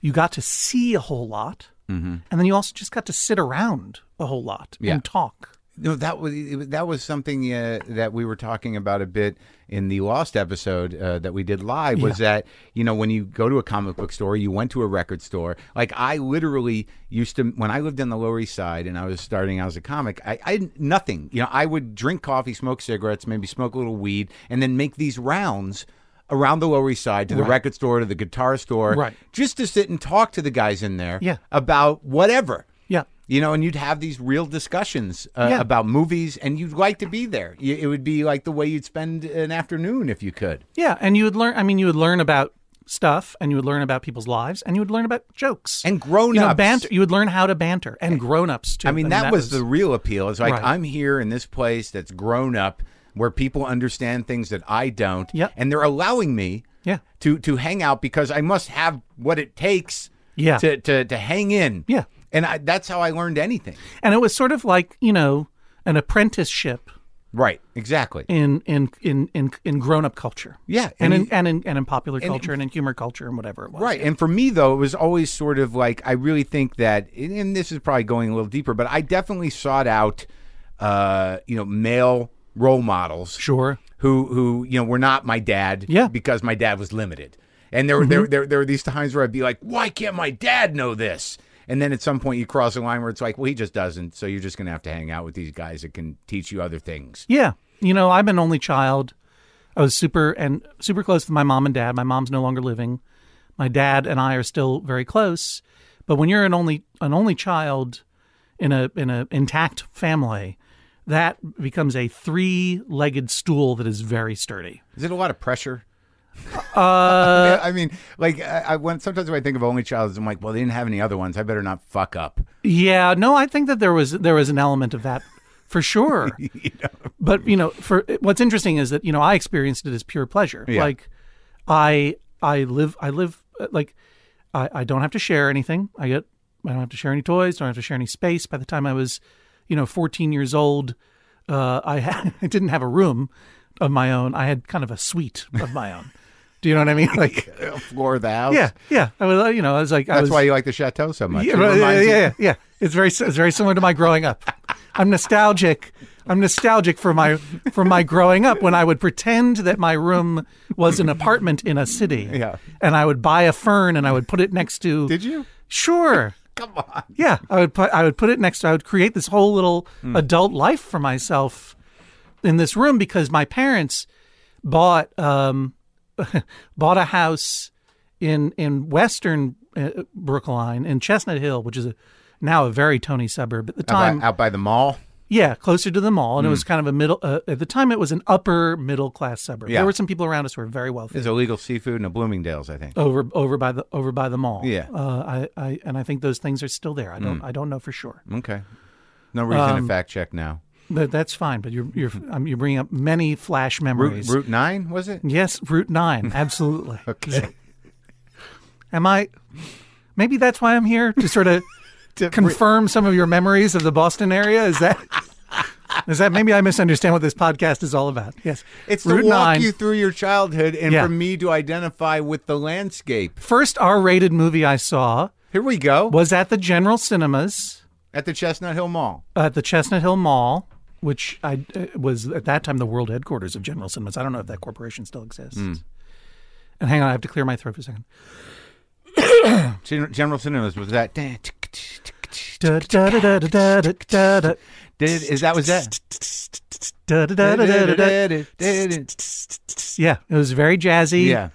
A: you got to see a whole lot, and then you also just got to sit around a whole lot
B: Mm-hmm. Yeah.
A: and talk.
B: No, that was that was something uh, that we were talking about a bit in the Lost episode uh, that we did live. Was that you know when you go to a comic book store, you went to a record store. Like I literally used to when I lived on the Lower East Side and I was starting out as a comic. I, I had nothing. You know, I would drink coffee, smoke cigarettes, maybe smoke a little weed, and then make these rounds around the Lower East Side to the record store to the guitar store,
A: Right.
B: Just to sit and talk to the guys in there,
A: Yeah.
B: about whatever.
A: Yeah.
B: You know, and you'd have these real discussions uh,
A: Yeah.
B: about movies, and you'd like to be there. You, it would be like the way you'd spend an afternoon if you could.
A: Yeah, and you would learn. I mean, you would learn about stuff, and you would learn about people's lives, and you would learn about jokes
B: And grown
A: you know,
B: ups. Eh.
A: banter. You would learn how to banter, and grown ups too.
B: I mean, that, was, the real appeal. It's like
A: Right.
B: I'm here in this place that's grown up, where people understand things that I don't,
A: Yeah.
B: and they're allowing me
A: Yeah.
B: to to hang out because I must have what it takes
A: Yeah.
B: to, to to hang in.
A: Yeah.
B: and I, that's how I learned anything.
A: and it was sort of like you know an apprenticeship
B: Right, exactly.
A: in in in in, in grown up culture.
B: Yeah,
A: and,
B: and
A: in, and in and in popular culture and in humor culture and whatever it was.
B: Right. And for me, though, it was always sort of like I really think that, and and this is probably going a little deeper, but I definitely sought out, uh, you know, male role models
A: Sure.
B: who who you know were not my dad
A: Yeah.
B: because my dad was limited and there, were there there there were these times where I'd be like why can't my dad know this and then at some point you cross a line where it's like well he just doesn't so you're just gonna have to hang out with these guys that can teach you other things
A: Yeah. You know, I'm an only child. I was super and super close to my mom and dad. My mom's no longer living. My dad and I are still very close. But when you're an only an only child in a in a intact family, that becomes a three-legged stool that is very sturdy.
B: Is it a lot of pressure? Uh, [LAUGHS] I mean, like I, I when sometimes when I think of only child, I'm like, well, they didn't have any other ones. I better not fuck up.
A: Yeah, no, I think that there was there was an element of that
B: [LAUGHS]
A: for sure. But you know, for what's interesting is that you know I experienced it as pure pleasure. Like I I live I live uh, like I, I don't have to share anything. I get I don't have to share any toys. Don't have to share any space. By the time I was you know 14 years old, uh, I [LAUGHS] had, I didn't have a room of my own. I had kind of a suite of my own. Do you know what I mean? [LAUGHS] Like
B: Uh, Floor of the house.
A: yeah, yeah. I was uh, you know I was like I
B: that's
A: was,
B: why you like the chateau so much.
A: yeah,
B: It
A: right, yeah,
B: reminds you-
A: yeah, yeah, yeah. It's very it's very similar to my growing up. I'm nostalgic. I'm nostalgic for my for my growing up when I would pretend that my room was an apartment in a city.
B: Yeah.
A: And I would buy a fern and I would put it next to
B: Did you?
A: Sure.
B: [LAUGHS] Come on.
A: Yeah, I would put I would put it next to I would create this whole little adult life for myself in this room because my parents bought um [LAUGHS] bought a house in in western uh, Brookline in Chestnut Hill, which is a, now a very Tony suburb. At the time,
B: By- out by the mall.
A: yeah, closer to the mall, and it was kind of a middle. Uh, at the time, it was an upper middle class suburb.
B: Yeah.
A: There were some people around us who were very wealthy
B: There's illegal seafood in a Bloomingdale's, I think.
A: over over by the over by the mall.
B: Yeah. Mm.
A: uh, I, I and I think those things are still there. I don't I don't know for sure.
B: Okay. No reason to fact check now.
A: But that's fine. But you're
B: [LAUGHS]
A: you're um, you're bringing up many flash
B: Route,
A: memories.
B: Route nine was it?
A: Yes,
B: [LAUGHS]
A: Route Nine, absolutely. Am I? Maybe that's why I'm here to
B: [LAUGHS]
A: sort of confirm some of your memories of the Boston area.
B: [LAUGHS]
A: Is that? Is that maybe I misunderstand what this podcast is all about? Yes,
B: It's to
A: Route
B: walk
A: Nine.
B: you through your childhood and
A: Yeah.
B: for me to identify with the landscape.
A: First R-rated movie I saw
B: Here we go.
A: was at the General Cinemas
B: At the Chestnut Hill Mall.
A: at the Chestnut Hill Mall, which I uh, was at that time the world headquarters of General Cinemas. I don't know if that corporation still exists. And hang on, I have to clear my throat for a second.
B: Gen- General Cinemas was that.
A: Da da da da da da da da.
B: Did is that was that?
A: Da, da, da, da, da, da, da. Yeah, it was very jazzy.
B: Yeah,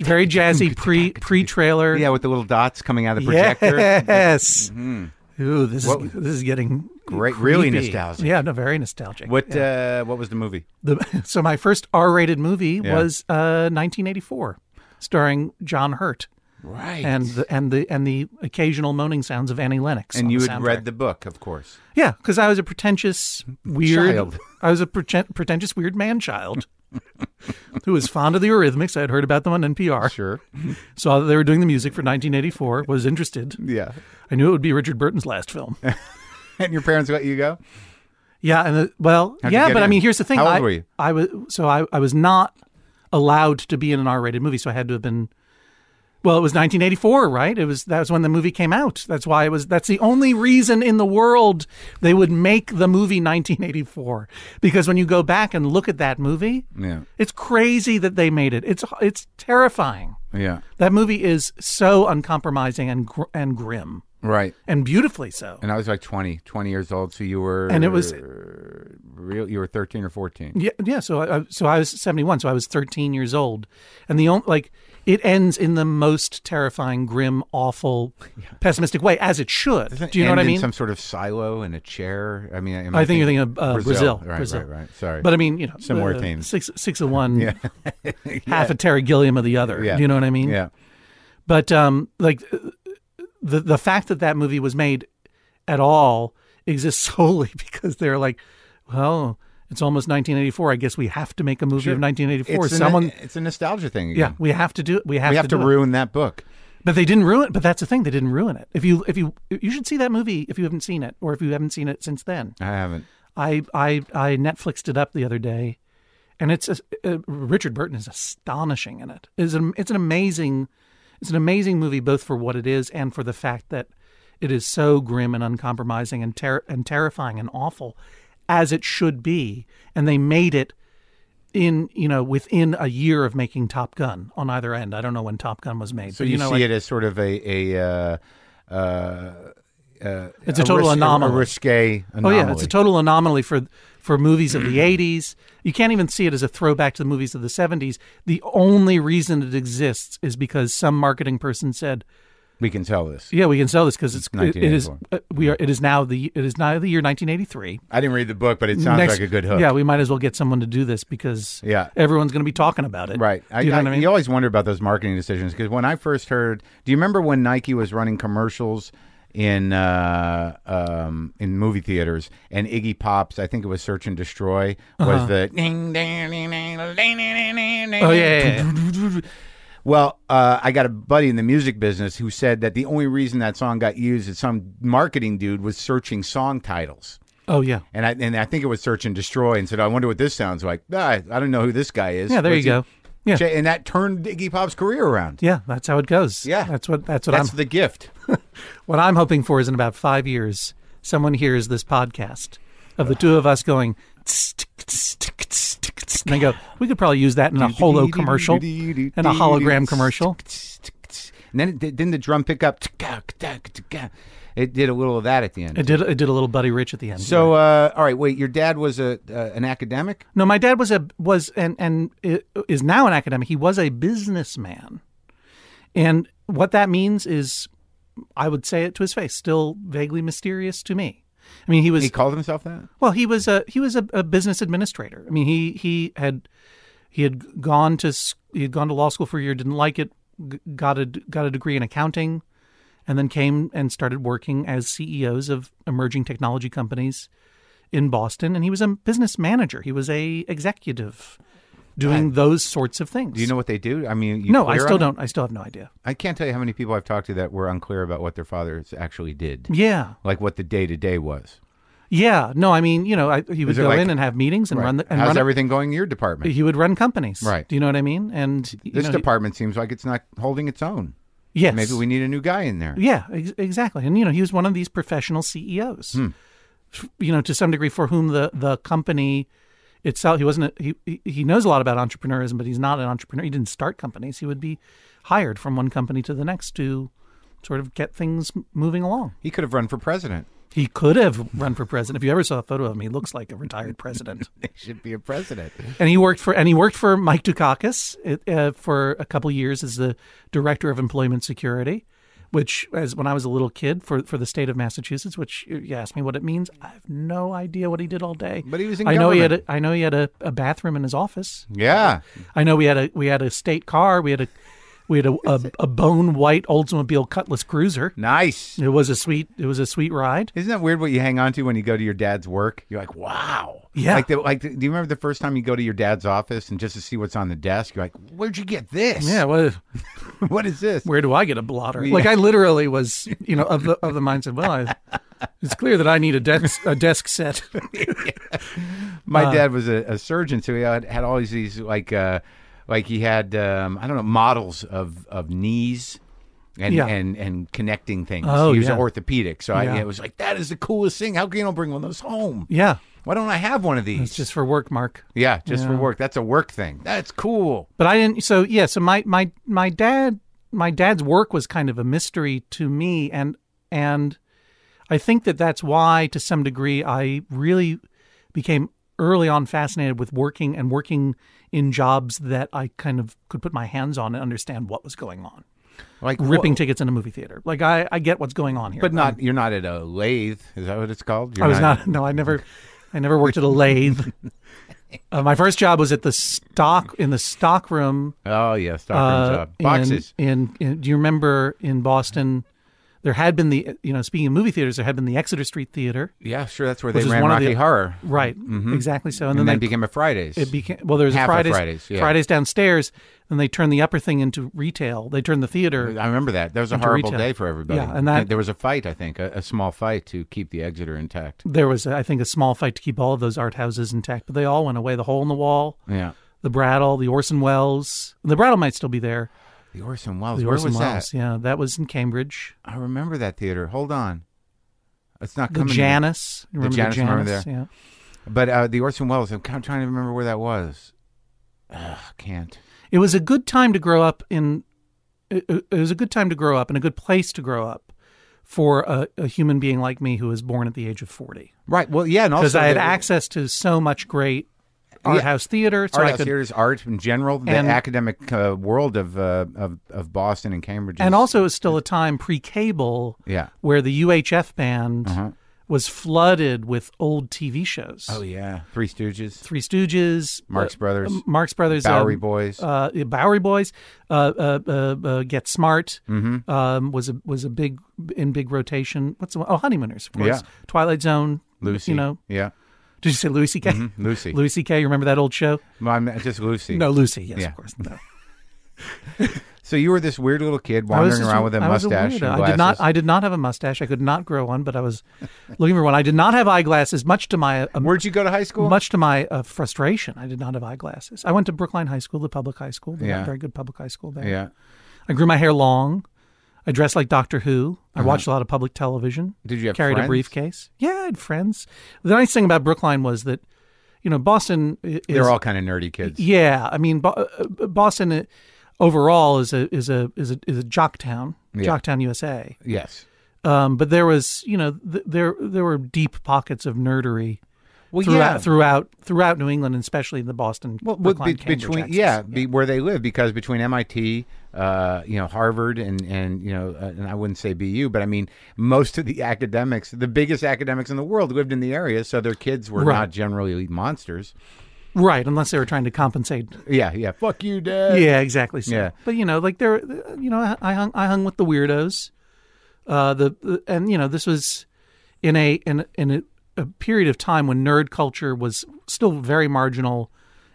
A: very jazzy pre pre trailer.
B: yeah, with the little dots coming out of the projector. [LAUGHS]
A: yes. Ooh, this
B: What-
A: is this is getting
B: Great, really
A: creepy.
B: nostalgic.
A: Yeah, no, very nostalgic.
B: What uh, what was the movie?
A: The, so my first R rated movie
B: Yeah.
A: was uh, 1984, starring John Hurt
B: Right,
A: and
B: and
A: the, and the and the occasional moaning sounds of Annie Lennox.
B: and
A: on
B: you
A: the
B: had
A: soundtrack.
B: read the book, of course.
A: Yeah, because I was a pretentious, weird.
B: Child.
A: [LAUGHS] I was a preten- pretentious, weird man child [LAUGHS] who was fond of the Eurythmics. I had heard about them on NPR.
B: Sure.
A: Saw that they were doing the music for 1984. Was interested.
B: [LAUGHS] Yeah,
A: I knew it would be Richard Burton's last film.
B: and your parents let you go.
A: Yeah, and the, well,
B: How'd you
A: yeah,
B: get
A: but I
B: in?
A: mean, here's the thing.
B: How old
A: I,
B: were you?
A: I was so I I was not allowed to be in an R-rated movie, so I had to have been Well, it was 1984, right? It was that was when the movie came out. That's why it was. That's the only reason in the world they would make the movie 1984. Because when you go back and look at that movie,
B: Yeah.
A: it's crazy that they made it. It's it's terrifying.
B: Yeah.
A: That movie is so uncompromising and gr- and grim
B: Right.
A: and beautifully so.
B: And I was like 20, 20 years old. So you were.
A: And it was-
B: Real, you were 13 or 14.
A: Yeah, yeah. So I, I- so I was 71, so I was 13 years old, and the only like it ends in the most terrifying, grim, awful,
B: [LAUGHS]
A: pessimistic way, as it should. Do you know
B: End
A: what I
B: in
A: mean?
B: Some sort of silo in a chair. I mean, am
A: I think you're thinking of uh, Brazil.
B: Right,
A: Brazil.
B: right, right. Sorry.
A: But I mean, you know,
B: Similar
A: uh,
B: themes.
A: Six, six
B: [LAUGHS]
A: of one, [LAUGHS] half a Terry Gilliam of the other.
B: Yeah.
A: Do you know what I mean?
B: yeah.
A: But um, like uh, the the fact that that movie was made at all exists [LAUGHS] solely because they're like, well, it's almost 1984. I guess we have to make a movie of 1984.
B: It's,
A: Someone,
B: a, it's a nostalgia thing.
A: yeah,
B: Again.
A: we have to do it. We have
B: Mm-hmm. We
A: to,
B: have to
A: do it.
B: ruin that book.
A: But they didn't ruin. But that's the thing. They didn't ruin it. If you if you you should see that movie if you haven't seen it or if you haven't seen it since then.
B: I haven't.
A: I I I Netflixed it up the other day, and it's a, uh, Richard Burton is astonishing in it. It's an, it's an amazing it's an amazing movie both for what it is and for the fact that it is so grim and uncompromising and ter- and terrifying and awful as it should be, and they made it in you know within a year of making Top Gun on either end. I don't know when Top Gun was made,
B: So
A: but
B: you,
A: you, know
B: see it as sort of a. a uh, uh, uh,
A: It's a total anomaly.
B: A risque
A: Oh
B: anomaly.
A: yeah, it's a total anomaly for for movies of
B: [CLEARS THROAT]
A: the '80s. You can't even see it as a throwback to the movies of the '70s. The only reason it exists is because some marketing person said,
B: we can tell this.
A: "Yeah, we can sell this because it's it, it is
B: 1984.
A: uh, we are it is now the it is now the year 1983."
B: I didn't read the book, but it sounds
A: Next-
B: like a good hook.
A: Yeah, we might as well get someone to do this because
B: Yeah.
A: everyone's going to be talking about it.
B: Right.
A: Do you know what I mean?
B: You always wonder about those marketing decisions because when I first heard, do you remember when Nike was running commercials in uh, um, in movie theaters and Iggy Pop's, I think it was Search and Destroy, was the ding ding ding ding ding ding ding ding. ding.
A: Uh-huh. Oh yeah, yeah, yeah.
B: Well, uh, I got a buddy in the music business who said that the only reason that song got used is some marketing dude was searching song titles.
A: oh yeah.
B: And I and I think it was Search and Destroy, and said, "I wonder what this sounds like." Ah, I don't know who this guy is.
A: Yeah, there
B: What's
A: you
B: he-
A: go. Yeah.
B: Ch- and that turned Iggy Pop's career around.
A: Yeah, that's how it goes.
B: Yeah.
A: that's what that's what
B: That's
A: I'm
B: the gift.
A: What I'm hoping for is in about five years, someone hears this podcast of the two of us going, "Tss, tick, tss, tick, tss, tick, tss," and they go, we could probably use that [LAUGHS] in a holo commercial and a hologram commercial.
B: And then it, did- didn't the drum pick up? It did a little of that at the
A: It
B: end.
A: did, it did a little Buddy Rich at the end.
B: So, uh, all right, wait. Your dad was a uh, an academic.
A: no, my dad was a was and and i- is now an academic. He was a businessman, and what that means is, I would say it to his face, still vaguely mysterious to me. I mean, he was
B: He called himself that.
A: Well, he was a he was a, a business administrator. I mean, he he had he had gone to s- he had gone to law school for a year, didn't like it, g- got a got a degree in accounting, and then came and started working as CEOs of emerging technology companies in Boston. And he was a business manager. He was a executive doing those sorts of things.
B: Do you know what they do? I mean, you
A: No, I
B: clear
A: still
B: on it?
A: don't. I still have no idea.
B: I can't tell you how many people I've talked to that were unclear about what their fathers actually did,
A: Yeah,
B: like what the day to day was.
A: yeah. No, I mean, you know, I, he would
B: it
A: go
B: like-
A: in and have meetings and run the, and
B: How's
A: run.
B: everything going in your department?
A: he would run companies.
B: Right.
A: Do you know what I mean? And you
B: this
A: know, he-
B: department seems like it's not holding its own.
A: Yes.
B: Maybe we need a new guy in there.
A: Yeah, ex- exactly. And you know, he was one of these professional CEOs.
B: Hmm.
A: F- You know, to some degree, for whom the the company itself, he wasn't. A, he- he he knows a lot about entrepreneurism, but he's not an entrepreneur. He didn't start companies. He would be hired from one company to the next to sort of get things m- moving along.
B: He could have run for president.
A: He could have run for president. If you ever saw a photo of him, he looks like a
B: [LAUGHS]
A: retired president.
B: He should be a president.
A: and he worked for and he worked for Mike Dukakis uh, for a couple years as the director of employment security, which as when I was a little kid for for the state of Massachusetts. Which you asked me what it means. I have no idea what he did all day.
B: But he was in
A: I know he had. A,
B: government.
A: I know he had a, a bathroom in his office.
B: Yeah.
A: I know we had a we had a state car. We had a we had a, a, a bone white Oldsmobile Cutlass cruiser.
B: Nice.
A: It was a sweet. It was a sweet ride.
B: Isn't that weird what you hang on to when you go to your dad's work? You're like, wow.
A: Yeah.
B: Like, the, like the, do you remember the first time you go to your dad's office and just to see what's on the desk? You're like, where'd you get this?
A: Yeah. Well,
B: [LAUGHS] what is this?
A: where do I get a blotter? Like I literally was, you know, of the of the mindset. Well, I, it's clear that I need a desk a desk set.
B: My dad was a, a surgeon, so he had, had all these like uh, like he had um, I don't know models of of knees and
A: Yeah.
B: and and connecting things.
A: Oh,
B: he was
A: yeah.
B: orthopedic, so I,
A: Yeah.
B: it was like that is the coolest thing. How can you don't bring one of those home?
A: [LAUGHS] Yeah.
B: Why don't I have one of these?
A: It's just for work, Mark.
B: yeah, just for work. That's a work thing. That's cool.
A: But I didn't. So yeah. So my my my dad my dad's work was kind of a mystery to me, and and I think that that's why, to some degree, I really became early on fascinated with working and working in jobs that I kind of could put my hands on and understand what was going on.
B: Like
A: Ripping
B: wha-
A: tickets in a movie theater. Like I I get what's going on here.
B: but not you're not at a lathe. Is that what it's called? You're
A: I was not. No, I never. I never worked at a
B: [LAUGHS]
A: lathe. Uh, my first job was at the stock in the stock room.
B: Oh yeah, stockroom
A: uh,
B: job. Boxes.
A: In, in, in- do you remember in Boston? There had been the you know speaking of movie theaters, there had been the Exeter Street Theater.
B: yeah, sure. That's where they
A: is
B: ran
A: one of
B: Rocky
A: the-
B: Horror.
A: Right. Exactly. So and,
B: Mm-hmm. And
A: then
B: then
A: they
B: became a Fridays.
A: it became well. There was
B: Half
A: a
B: of
A: Fridays
B: Fridays, yeah.
A: Fridays downstairs. Then they turned the upper thing into retail. They turned the theater.
B: I remember that. That was a horrible
A: retail.
B: day for everybody.
A: Yeah, and that-
B: there was a fight. I think a, a small fight to keep the Exeter intact.
A: There was I think a small fight to keep all of those art houses intact, but they all went away. The hole in the wall,
B: Yeah,
A: the Brattle, the Orson Welles. The Brattle might still be there.
B: the Orson Welles.
A: The
B: Where
A: Orson
B: was
A: Welles.
B: that?
A: Yeah, that was in Cambridge.
B: I remember that theater. Hold on, it's not
A: The
B: coming. to me.
A: Janus. You remember the
B: Janus,
A: Janus?
B: remember
A: Yeah.
B: but uh, the Orson Welles. I'm kind of trying to remember where that was. Ugh, can't.
A: It was a good time to grow up in. It, it- it was a good time to grow up and a good place to grow up for a, a human being like me who was born at the age of forty
B: Right. Well, yeah, and also
A: because I had
B: the-
A: access to so much great art
B: Yeah.
A: house theater. So
B: art
A: I
B: house
A: could,
B: theaters, art in general, the
A: And-
B: academic uh, world of, uh, of of Boston and Cambridge, is-
A: and also it was still a time pre-cable
B: yeah.
A: where the UHF band
B: Uh-huh.
A: was flooded with old TV shows.
B: Oh yeah, Three Stooges,
A: Three Stooges,
B: Marx
A: uh,
B: Brothers,
A: Marx Brothers, um,
B: Bowery Boys.
A: uh, Bowery Boys, uh, uh, uh, uh, Get Smart
B: Mm-hmm.
A: um, was a was a big in big rotation. What's the one? Oh, Honeymooners, of course.
B: Yeah.
A: Twilight Zone.
B: Lucy, Mm-hmm.
A: You know,
B: yeah,
A: did you say Louis C.K.?
B: Lucy.
A: Louis C.K. You remember that old show?
B: Well, I'm uh, just Lucy.
A: No, Lucy. Yes,
B: Yeah.
A: of course. No.
B: So you were this weird little kid
A: I was
B: wandering
A: just-
B: around with a
A: I was
B: mustache
A: weirdo.
B: and glasses.
A: I did not. I did not have a mustache. I could not grow one, but I was looking for one. I did not have eyeglasses, much to my uh,
B: Where'd you go to high school?
A: much to my uh, frustration. I did not have eyeglasses. I went to Brookline High School, the public high school. They got
B: Yeah.
A: very good public high school there.
B: yeah.
A: I grew my hair long. I dressed like Doctor Who. I watched a lot of public television.
B: Uh-huh. Did you have
A: carried
B: friends?
A: a briefcase? Yeah, I had friends. The nice thing about Brookline was that, you know, Boston. i- Is,
B: They're all kind of nerdy kids.
A: yeah. I mean, Bo- uh, Boston uh, overall is a is a is a is a jock town,
B: Yeah.
A: jock town, USA.
B: Yes.
A: Um, but there was, you know, th- there there were deep pockets of nerdery.
B: Well,
A: throughout,
B: yeah.
A: throughout throughout New England, and especially in the Boston,
B: Well, well,
A: Brookline,
B: be-
A: Cambridge
B: between
A: axis.
B: yeah, Be, where they live because between MIT, uh, you know Harvard, and and you know, uh, and I wouldn't say BU, but I mean most of the academics, the biggest academics in the world, lived in the area, so their kids were
A: Right.
B: not generally monsters.
A: right, unless they were trying to compensate
B: Yeah, yeah. Fuck you, Dad.
A: Yeah, exactly. So.
B: Yeah.
A: But you know, like there, you know, I hung, I hung with the weirdos. Uh, the, the and you know, this was in a in in a, a period of time when nerd culture was still very marginal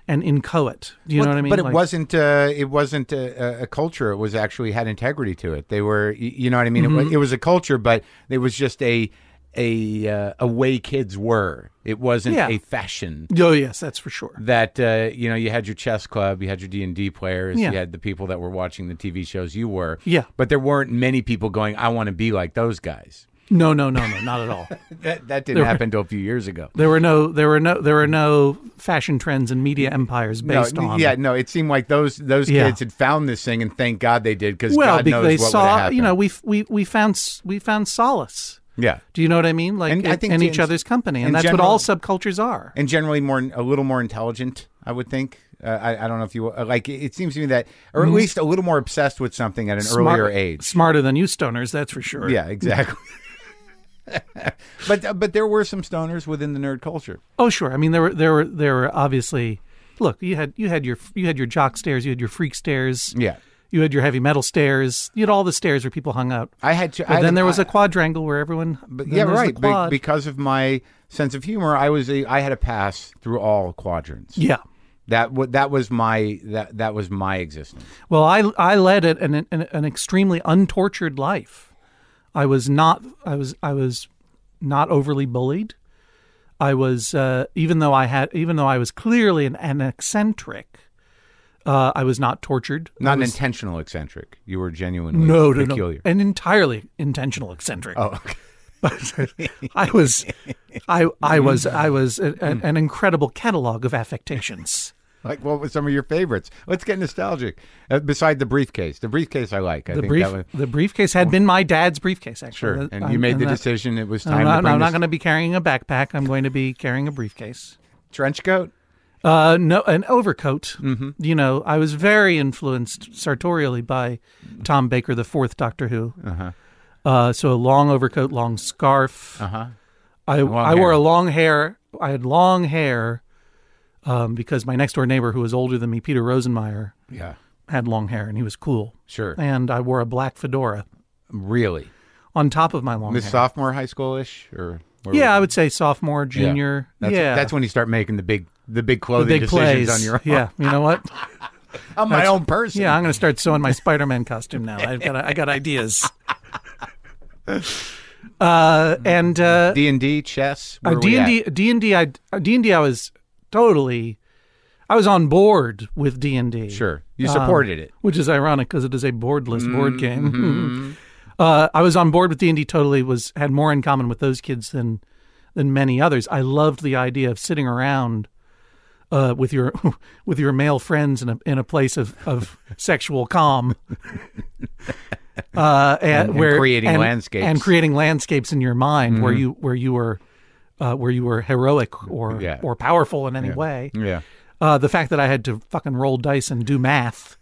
A: and inchoate. Do you know
B: Well,
A: what I mean?
B: But it
A: Like-
B: wasn't. Uh, it wasn't a, a- a culture. It was actually had integrity to it. They were. y- You know what I mean. It
A: Mm-hmm.
B: wa- It, was a culture, but it was just a a uh, a way kids were. It wasn't
A: Yeah.
B: a fashion
A: Oh yes, that's for sure.
B: that uh, you know. You had your chess club. You had your D and D players.
A: Yeah.
B: You had the people that were watching the TV shows. You were.
A: Yeah.
B: But there weren't many people going. I want to be like those guys.
A: No, no, no, no, not at all.
B: That that didn't happen until a few years ago.
A: There were no, there were no, there were no fashion trends and media empires based
B: no,
A: on.
B: yeah, no. It seemed like those those
A: Yeah.
B: kids had found this thing, and thank God they did because
A: Well,
B: God
A: because
B: knows
A: they
B: what
A: saw,
B: would
A: you know, we f- we we found s- we found solace.
B: yeah.
A: Do you know what I mean? Like
B: And I
A: in-
B: think
A: in
B: in-
A: each other's company, and
B: in
A: that's what
B: general-
A: all subcultures are.
B: and generally more a little more intelligent i would think uh, I, I don't know if you uh, like it, it seems to me that or at least a little more obsessed with something at an
A: Mm-hmm. Smart-
B: earlier age
A: Smarter than you stoners, that's for sure.
B: yeah [LAUGHS] exactly but uh, but there were some stoners within the nerd culture
A: Oh, sure. I mean, there were there were there were obviously. Look, you had you had your you had your jock stairs, you had your freak stairs,
B: yeah
A: you had your heavy metal stairs, you had all the stairs where people hung out.
B: i had to
A: But then there was a quadrangle where everyone.
B: But
A: then
B: yeah,
A: there was the
B: right. Be-
A: quad.
B: because of my sense of humor, I was a, I had a pass through all quadrants.
A: yeah.
B: That wa that was my that that was my existence.
A: Well, I I led it an, an an extremely untortured life. I was not I was I was not overly bullied. I was uh, even though I had even though I was clearly an, an eccentric, Uh, I was not tortured.
B: Not
A: I
B: an
A: was,
B: intentional eccentric. You were genuinely
A: no, no, no,
B: peculiar.
A: an entirely intentional eccentric.
B: Oh, okay.
A: [LAUGHS] I was, I, I was, I was a, a- an incredible catalog of affectations.
B: Like, what were some of your favorites? Let's get nostalgic. Uh, beside the briefcase, the briefcase I like. I
A: The
B: think
A: brief,
B: that was
A: the briefcase had been my dad's briefcase, actually.
B: sure.
A: That-
B: And you
A: I'm-
B: made the
A: that-
B: decision it was time
A: I'm
B: to
A: not,
B: bring
A: I'm not
B: this
A: going to be carrying a backpack. I'm going to be carrying a briefcase.
B: trench coat.
A: Uh, no, an overcoat. You know, I was very influenced sartorially by Tom Baker, the fourth Doctor Who. Uh-huh. so a long overcoat, long scarf. Uh-huh. I I
B: hair.
A: wore a long hair. I had long hair um, because my next door neighbor, who was older than me, Peter Rosenmeyer,
B: Yeah,
A: had long hair and he was cool.
B: sure.
A: And I wore a black fedora
B: Really,
A: on top of my long
B: this
A: hair.
B: sophomore high school ish or where
A: yeah,
B: were-
A: I would say sophomore, junior.
B: That's,
A: yeah.
B: that's when you start making the big the big clothing
A: big
B: decisions
A: plays.
B: on your own.
A: Yeah, you know what?
B: [LAUGHS] I'm my own person.
A: Yeah, I'm going to start sewing my Spider-Man costume now. I've got I got ideas. Uh, and uh,
B: D and D chess. where we
A: D
B: at?
A: and D D and D I D and D I was totally I was on board with D and D.
B: Sure, you supported it.
A: Which is ironic because it is a boardless
B: Mm-hmm.
A: board game. [LAUGHS] uh, I was on board with D and D totally. Was had more in common with those kids than than many others. I loved the idea of sitting around uh, with your [LAUGHS] with your male friends in a in a place of of [LAUGHS] sexual calm. Uh, and, where
B: creating
A: and-
B: landscapes. Mm-hmm.
A: and creating landscapes in your mind where you where you were uh, where you were heroic or
B: Yeah.
A: or powerful in any way.
B: Yeah,
A: Uh, the fact that I had to fucking roll dice and do math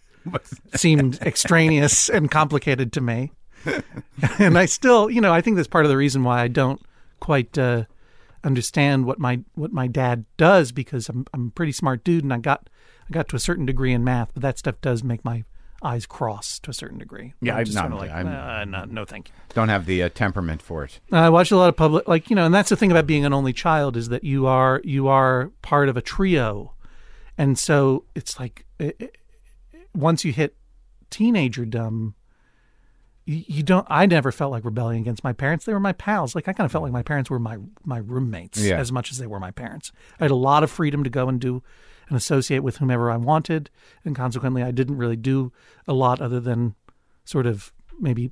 A: seemed extraneous and complicated to me. [LAUGHS] and I still, you know, I think that's part of the reason why I don't quite uh, understand what my what my dad does because I'm I'm a pretty smart dude and I got I got to a certain degree in math, but that stuff does make my eyes cross to a certain degree.
B: Yeah, I'm
A: just
B: not-
A: kinda like,
B: I'm-
A: "Nah, no, no, thank you.
B: don't have the uh, temperament for it.
A: Uh, I watched a lot of public, like you know, and that's the thing about being an only child is that you are you are part of a trio, and so it's like it, it- once you hit teenagerdom, you, you don't. I never felt like rebelling against my parents. They were my pals. Like I kind of felt like my parents were my my roommates
B: Yeah.
A: as much as they were my parents. I had a lot of freedom to go and do and associate with whomever I wanted, and consequently, I didn't really do a lot other than sort of maybe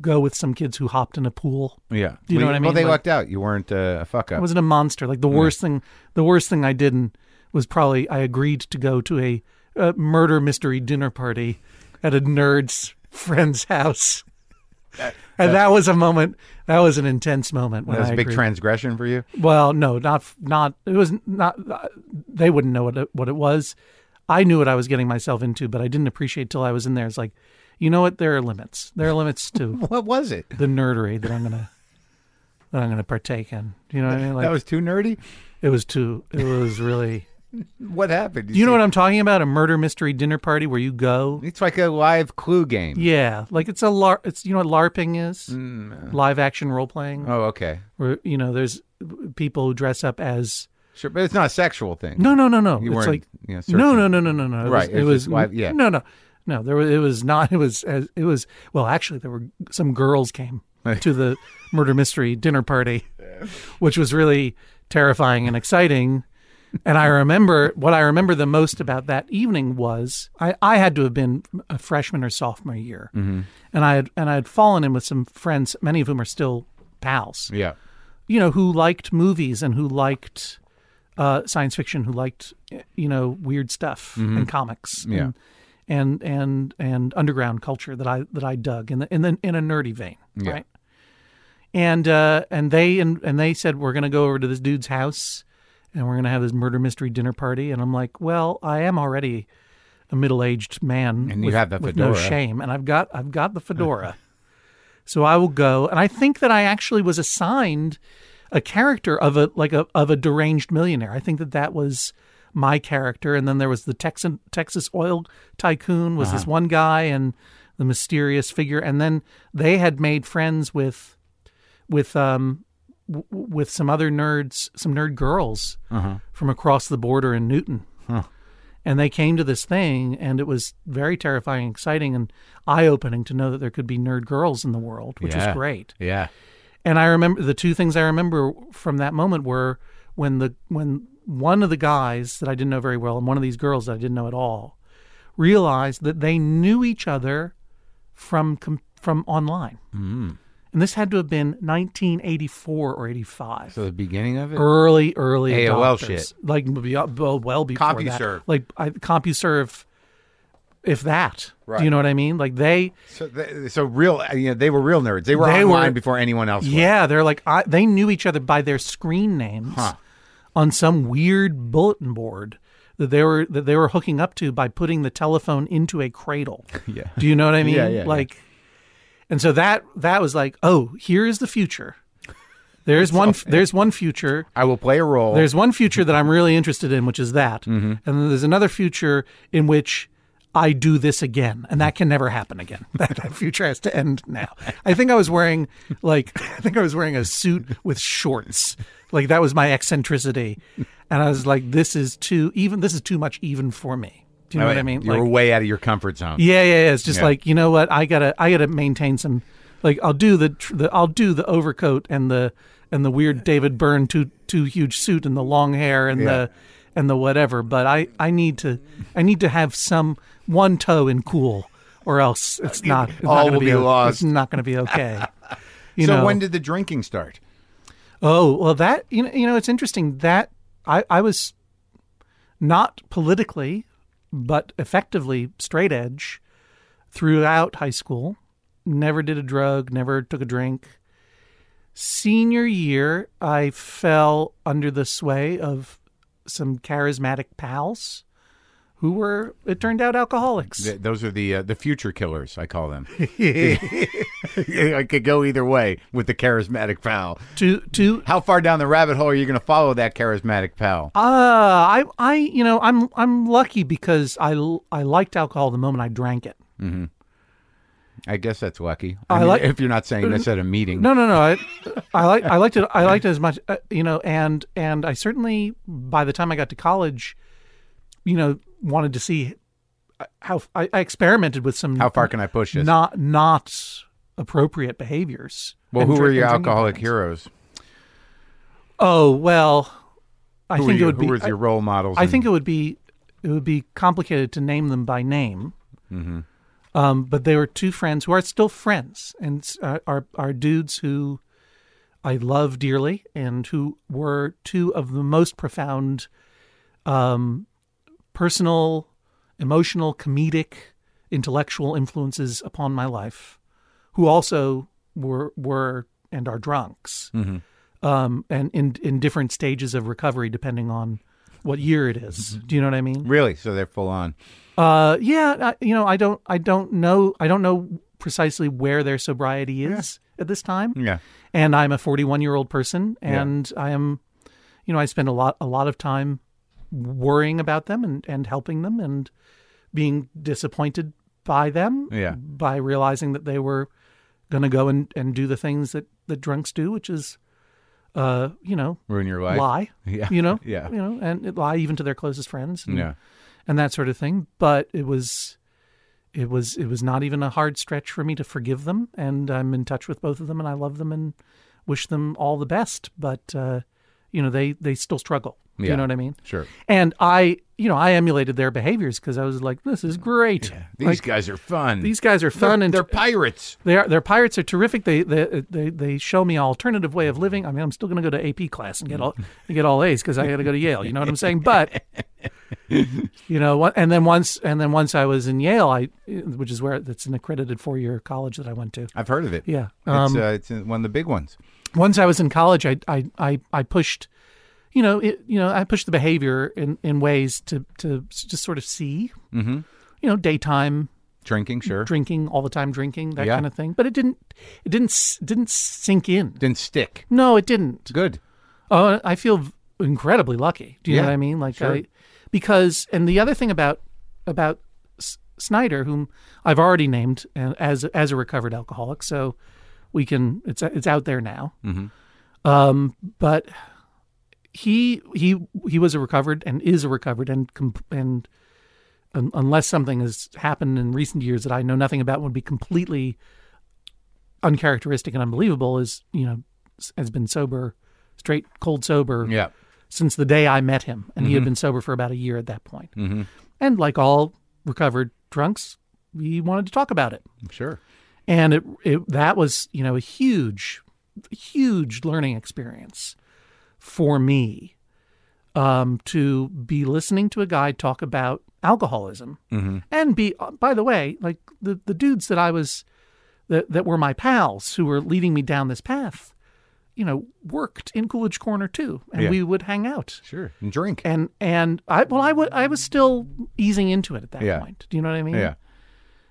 A: go with some kids who hopped in a pool.
B: Yeah,
A: Do you know
B: Well,
A: what I
B: Well,
A: mean?
B: they
A: Like-
B: lucked out. You weren't uh, a fuck
A: I
B: up.
A: wasn't a monster. Like the
B: Mm.
A: worst thing, the worst thing I did in- was probably I agreed to go to a, uh murder mystery dinner party at a nerd's friend's house, and that was a moment. That was an intense moment when
B: That was
A: I
B: a big
A: agreed.
B: transgression for
A: [LAUGHS]
B: you.
A: Well, no, not not. It was not. uh, They wouldn't know what it, what it was. I knew what I was getting myself into, but I didn't appreciate till I was in there. It's like, you know what? There are limits. There are limits
B: [LAUGHS]
A: to
B: What was it?
A: the nerdery that I'm gonna that I'm gonna partake in. Do you know what I mean? Like
B: that was too nerdy.
A: it was too. It was really.
B: What happened?
A: [LAUGHS] You know what I'm talking about? A murder mystery dinner party where you go.
B: It's like a live clue game.
A: Yeah, like it's a lar. It's you know what larping is? Live action role playing.
B: Oh, okay.
A: Where you know there's people who dress up as.
B: Sure, but it's not a sexual thing.
A: No, no, no, no.
B: You
A: it's
B: weren't,
A: like
B: you know,
A: no,
B: searching.
A: no, no, no, no, no. It
B: Right,
A: Was,
B: it's
A: it was
B: just live- yeah.
A: No, no, no. There was. It was not. It was. As, it was. Well, actually, there were some girls came to the murder mystery
B: [LAUGHS]
A: dinner party, which was really terrifying and exciting. And I remember what I remember the most about that evening was I, I had to have been a freshman or sophomore year,
B: Mm-hmm.
A: and I had and I had fallen in with some friends, many of whom are still pals
B: Yeah.
A: you know, who liked movies and who liked uh, science fiction, who liked you know weird stuff and comics,
B: Yeah.
A: and, and and and underground culture that I that I dug in the in the in a nerdy vein, right? And uh, and they and, and they said we're gonna go over to this dude's house, and we're gonna have this murder mystery dinner party, and I'm like, well, I am already a middle aged man,
B: And you
A: with,
B: have the
A: with no
B: fedora.
A: shame, and I've got I've got the fedora. [LAUGHS] So I will go, and I think that I actually was assigned a character of a like a of a deranged millionaire. I think that that was my character, and then there was the Texan Texas oil tycoon was
B: Uh-huh.
A: this one guy, and the mysterious figure, and then they had made friends with with um w- w- with some other nerds, some nerd girls from across the border in Newton. And they came to this thing, and it was very terrifying, exciting, and eye opening to know that there could be nerd girls in the world, which
B: Yeah.
A: was great.
B: Yeah.
A: And I remember the two things I remember from that moment were when the when one of the guys that I didn't know very well and one of these girls that I didn't know at all realized that they knew each other from com- from online.
B: Mm.
A: And this had to have been 1984 or 85.
B: So the beginning of it.
A: early, early
B: AOL
A: adopters.
B: shit.
A: Like be- uh, well, well before
B: CompuServe.
A: that. Like I, CompuServe, if that.
B: Right.
A: Do you know what I mean? Like they,
B: So, they, so real. You know, they were real nerds. They were
A: They
B: online
A: were-
B: before anyone else. was.
A: yeah, they're like I, they knew each other by their screen names
B: Huh.
A: on some weird bulletin board that they were that they were hooking up to by putting the telephone into a cradle.
B: [LAUGHS] Yeah.
A: Do you know what I mean?
B: Yeah, yeah, yeah.
A: like, and so that that was like, oh, here is the future. There's one. There's one future.
B: I will play a role.
A: There's one future that I'm really interested in, which is that. And then there's another future in which I do this again, and that can never happen again. [LAUGHS] That, that future has to end now. I think I was wearing like [LAUGHS] I think I was wearing a suit with shorts. Like that was my eccentricity, and I was like, this is too even. This is too much even for me. Do you know what I mean?
B: You were
A: Like,
B: way out of your comfort zone.
A: yeah, yeah, yeah. It's just
B: Yeah.
A: like you know what I gotta I gotta maintain some. Like I'll do the, tr- the I'll do the overcoat and the and the weird David Byrne too too huge suit and the long hair and the and the whatever. But I I need to I need to have some one toe in cool or else it's not it's
B: All
A: not gonna
B: will be
A: o-
B: lost.
A: It's not going to be
B: [LAUGHS]
A: okay. You
B: so
A: know.
B: when did the drinking start?
A: Oh well, that you know, you know, it's interesting that I I was not politically, but effectively straight edge throughout high school. Never did a drug, never took a drink. Senior year, I fell under the sway of some charismatic pals who were, it turned out, alcoholics.
B: Th- those are the uh, the future killers. I call
A: [LAUGHS]
B: them. [LAUGHS] I could go either way with the charismatic pal.
A: To to
B: How far down the rabbit hole are you going to follow that charismatic pal?
A: Uh, I, I, you know, I'm, I'm lucky because I, l- I liked alcohol the moment I drank it.
B: I guess that's lucky. I,
A: I
B: mean,
A: like-
B: if you're not saying this at a meeting.
A: No, no, no. I, I like, I liked it. I liked it as much, uh, you know, and, and I certainly, by the time I got to college, you know, wanted to see uh, how I, I experimented with some
B: How far can I push this?
A: not, not appropriate behaviors.
B: well,
A: and
B: who
A: dri-
B: were your
A: and drinking
B: alcoholic
A: patterns.
B: heroes?
A: Oh, well, I
B: Who, were
A: think
B: you-
A: it would
B: who
A: be,
B: was your role models?
A: I
B: and-
A: think it would be it would be complicated to name them by name. Um, but they were two friends who are still friends and uh, are are dudes who I love dearly and who were two of the most profound um, personal, emotional, comedic, intellectual influences upon my life, who also were were and are drunks um, and in in different stages of recovery depending on what year it is. Do you know what I mean?
B: really. So they're full on.
A: Uh, yeah, I, you know, I don't, I don't know, I don't know precisely where their sobriety is at this time.
B: Yeah.
A: And I'm a 41 year old person, and I am, you know, I spend a lot, a lot of time worrying about them and and helping them and being disappointed by them.
B: Yeah.
A: By realizing that they were going to go and and do the things that that drunks do, which is, uh, you know,
B: Ruin your life.
A: lie.
B: [LAUGHS] Yeah.
A: You know?
B: Yeah.
A: You know, and it lie even to their closest friends and,
B: Yeah.
A: and that sort of thing. But it was it was it was not even a hard stretch for me to forgive them and I'm in touch with both of them and I love them and wish them all the best. But uh, you know, they they still struggle. Do
B: Yeah.
A: You know what I mean?
B: Sure.
A: And I you know, I emulated their behaviors because I was like, This is great.
B: These guys are fun.
A: These guys are fun
B: they're,
A: and
B: they're pirates.
A: they are, their pirates are terrific. They they they, they show me an alternative way of living. I mean, I'm still going to go to AP class and get all and get all A's because I got to go to Yale. You know what I'm saying? But you know, one- and then once and then once I was in Yale, I which is where that's an accredited four year college that I went to.
B: I've heard of it.
A: Yeah. um,
B: It's, uh, it's one of the big ones.
A: Once I was in college, I I I, I pushed, you know, it, you know, I pushed the behavior in in ways to to just sort of see, mm-hmm. you know, daytime
B: Drinking, sure.
A: drinking all the time drinking that
B: Yeah.
A: kind of thing but it didn't it didn't s- didn't sink in
B: Didn't stick.
A: No, it didn't.
B: Good.
A: Oh, I feel v- incredibly lucky. Do you
B: Yeah,
A: know what I mean? Like
B: sure.
A: I, because and the other thing about about S- Snyder, whom I've already named uh, as as a recovered alcoholic, so we can it's it's out there now.
B: Mm-hmm.
A: Um, but he he he was a recovered and is a recovered and com- and un- unless something has happened in recent years that I know nothing about would be completely uncharacteristic and unbelievable is you know s- has been sober straight cold sober
B: Yeah.
A: since the day I met him, and he had been sober for about a year at that point. And like all recovered drunks, he wanted to talk about it,
B: Sure.
A: and it, it that was you know a huge, huge learning experience for me um, to be listening to a guy talk about alcoholism
B: Mm-hmm.
A: and be uh, by the way like the the dudes that I was that that were my pals who were leading me down this path you know worked in Coolidge Corner too and
B: Yeah.
A: we would hang out
B: Sure. And drink.
A: and and I well I would I was still easing into it at that
B: Yeah.
A: point do you know what I mean
B: yeah.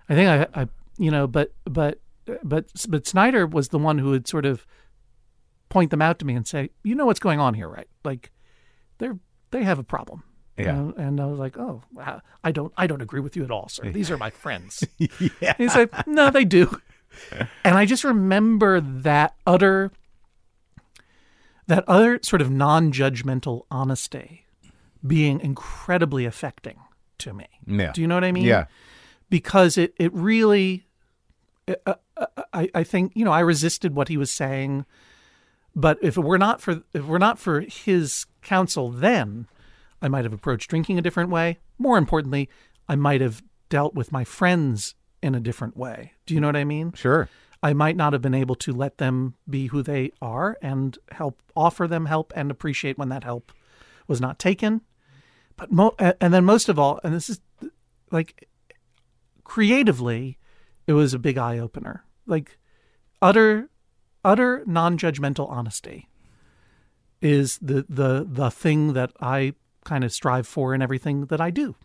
A: I think I, I you know but but but but Snyder was the one who would sort of point them out to me and say you know what's going on here right like they're they have a problem You
B: Yeah.
A: know? and I was like oh wow, I don't I don't agree with you at all sir these are my
B: [LAUGHS]
A: friends yeah he's like no they do and I just remember that utter that other sort of non-judgmental honesty being incredibly affecting to me
B: Yeah.
A: do you know what I mean
B: yeah.
A: because it it really uh, uh, I I think you know I resisted what he was saying but if it were not for if it were not for his counsel then I might have approached drinking a different way more importantly I might have dealt with my friends in a different way do you know what I mean
B: Sure.
A: I might not have been able to let them be who they are and help offer them help and appreciate when that help was not taken. But mo- a- and then most of all, and this is like creatively, it was a big eye opener. Like utter, utter non-judgmental honesty is the the the thing that I kind of strive for in everything that I do.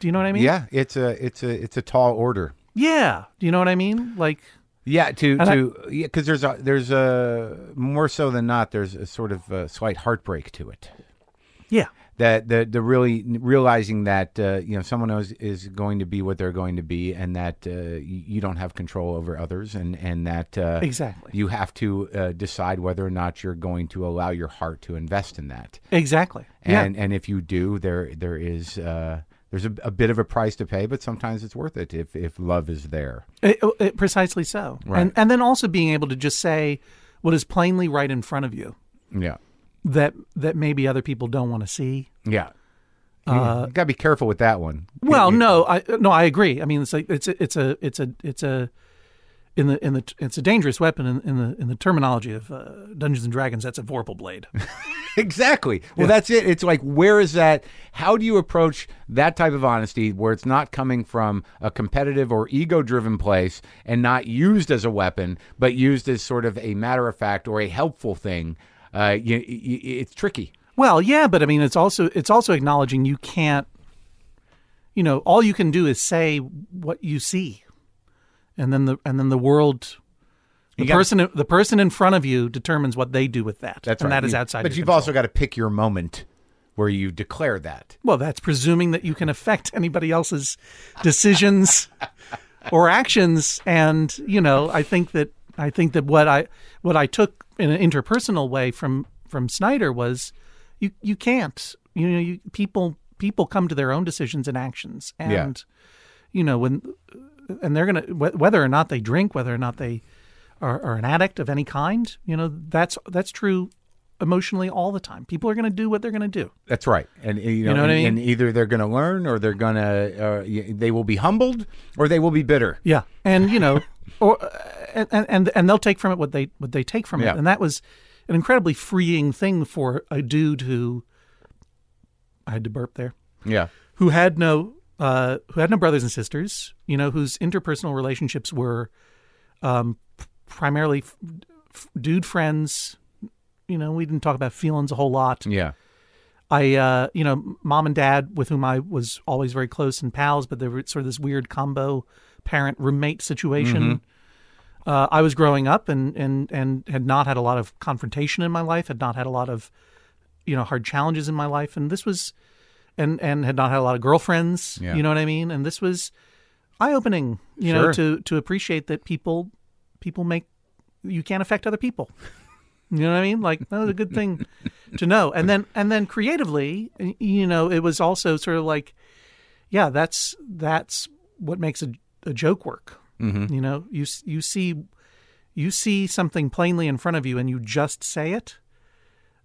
A: Do you know what I mean?
B: Yeah. It's a it's a it's a tall order.
A: Yeah. Do you know what I mean? Like
B: Yeah, to
A: And I-
B: to yeah, because there's a there's a more so than not there's a sort of a slight heartbreak to it.
A: yeah.
B: That the the really realizing that uh, you know someone else is going to be what they're going to be, and that uh, you you don't have control over others, and and that uh,
A: Exactly.
B: you have to uh, decide whether or not you're going to allow your heart to invest in that.
A: Exactly. yeah.
B: And and if you do, there there is uh, there's a, a bit of a price to pay, but sometimes it's worth it if if love is there.
A: It, oh, it, precisely so. And and then also being able to just say what is plainly right in front of you
B: Yeah.
A: that that maybe other people don't want to see.
B: Yeah. You
A: Uh,
B: gotta be careful with that one.
A: Well, no, I no, I agree. I mean, it's like it's a, it's a it's a it's a in the in the it's a dangerous weapon in, in the in the terminology of uh, Dungeons and Dragons. That's a vorpal blade.
B: [LAUGHS] Exactly. Well, that's it. It's like, where is that? How do you approach that type of honesty where it's not coming from a competitive or ego driven place and not used as a weapon, but used as sort of a matter of fact or a helpful thing? Uh, you, you, it's tricky.
A: well, yeah, but I mean, it's also it's also acknowledging you can't. You know, all you can do is say what you see, and then the and then the world. The
B: gotta-
A: person, the person in front of you determines what they do with that.
B: That's
A: and
B: right.
A: that is
B: You-
A: outside.
B: But
A: your
B: you've
A: control.
B: also got to pick your moment where you declare that.
A: Well, that's presuming that you can affect anybody else's decisions or actions. And you know, I think that I think that what I what I took in an interpersonal way from from Snyder was you you can't you know you, people people come to their own decisions and actions and
B: Yeah.
A: you know when and they're gonna wh- whether or not they drink whether or not they are, are an addict of any kind you know that's that's true emotionally all the time people are gonna do what they're gonna do
B: That's right, and uh, you know,
A: know what I
B: and,
A: mean?
B: and either they're going to learn, or they're going to, uh, y- they will be humbled, or they will be bitter.
A: Yeah, and you know, [LAUGHS] or uh, and and and they'll take from it what they what they take from
B: Yeah.
A: it, and that was an incredibly freeing thing for a dude who I had to burp there,
B: Yeah,
A: who had no uh, who had no brothers and sisters, you know, whose interpersonal relationships were um, p- primarily f- f- dude friends. You know, we didn't talk about feelings a whole lot.
B: yeah,
A: I, uh, you know, mom and dad with whom I was always very close and pals, but they were sort of this weird combo parent roommate situation.
B: Mm-hmm.
A: Uh, I was growing up and, and, and had not had a lot of confrontation in my life, had not had a lot of, you know, hard challenges in my life. And this was, and, and had not had a lot of girlfriends,
B: Yeah.
A: you know what I mean? And this was eye opening, you know,
B: Sure.
A: to, to appreciate that people, people make, you can't affect other people. [LAUGHS] You know what I mean? Like that was a good thing to know. And then and then creatively, y- you know, it was also sort of like, yeah, that's that's what makes a, a joke work.
B: Mm-hmm.
A: You know, you s- you see you see something plainly in front of you and you just say it.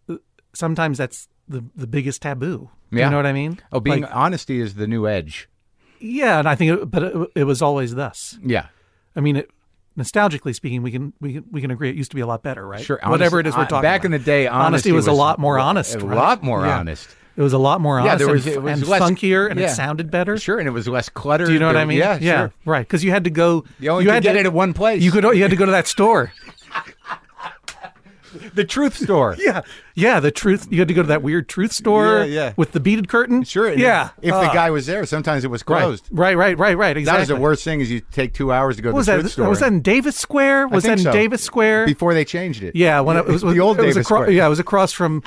A: uh, Sometimes that's the the biggest taboo.
B: Yeah.
A: You know what I mean?
B: Oh, being
A: Like,
B: honesty is the new edge.
A: yeah, and I think, it, but it, it was always thus.
B: Yeah.
A: I mean, it, nostalgically speaking, we can we can we can agree it used to be a lot better, right?
B: Sure,
A: Whatever it
B: honest-
A: is we're
B: uh,
A: talking.
B: back
A: about.
B: in the day, honesty
A: was, a
B: was
A: lot more
B: a-
A: honest.
B: a
A: right?
B: lot more
A: Yeah.
B: honest.
A: It was a lot more honest.
B: there was-
A: and,
B: it was
A: and
B: less-
A: funkier, and
B: yeah.
A: it sounded better.
B: Sure, and it was less cluttered.
A: Do you know what
B: There-
A: I mean?
B: Yeah, sure.
A: right. Because you had to go.
B: You only could
A: had
B: get
A: to,
B: it at one place.
A: You could. You had to go to
B: [LAUGHS]
A: that store.
B: the truth store.
A: Yeah, yeah. The truth. You had to go to that weird truth store.
B: Yeah, yeah.
A: With the beaded curtain.
B: [LAUGHS] Sure. and
A: Yeah.
B: If
A: Uh,
B: the guy was there, sometimes it was closed.
A: Right. Right. Right. Right.
B: That
A: Exactly.
B: was the worst thing. Is you take two hours to go
A: What was
B: to the
A: that?
B: truth store.
A: Was that in Davis Square? Was
B: think
A: that in
B: so.
A: Davis Square?
B: before they changed it?
A: yeah, when it was
B: the old
A: it was
B: Davis
A: acro-
B: Square.
A: Yeah, it was across from.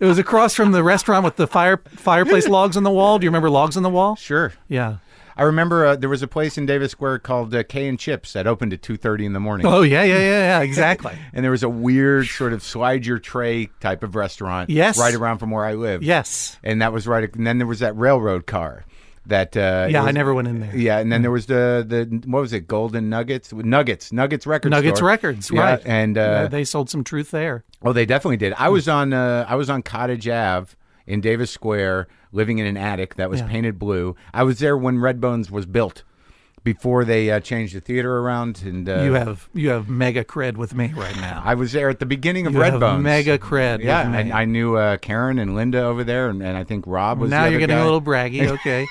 A: It was across from the restaurant with the fire fireplace logs on the wall. Do you remember logs on the wall?
B: Sure.
A: Yeah.
B: I remember uh, there was a place in Davis Square called uh, K and Chips that opened at two thirty in the morning.
A: Oh yeah, yeah, yeah, yeah. Exactly.
B: And there was a weird sort of slide your tray type of restaurant.
A: Yes.
B: Right around from where I live.
A: yes.
B: And that was right. And then there was that railroad car. That uh, it
A: Yeah, I
B: was-
A: never went in there.
B: Yeah, and then there was the the what was it? Golden Nuggets, Nuggets, Nuggets Records,
A: Nuggets Records,
B: yeah,
A: right?
B: And uh,
A: Yeah, they Hmm. sold some truth there.
B: oh, they definitely did. I was on uh, I was on Cottage Ave in Davis Square, living in an attic that was
A: Yeah.
B: painted blue. I was there when Redbones was built, before they uh, changed the theater around, and uh,
A: You have you have mega cred with me right now.
B: I was there at the beginning of
A: you have
B: Redbones.
A: mega cred.
B: yeah,
A: with me.
B: I, I knew uh, Karen and Linda over there, and, and I think Rob was.
A: now
B: the
A: you're
B: other
A: getting
B: guy.
A: a
B: [LAUGHS]
A: little braggy. Okay.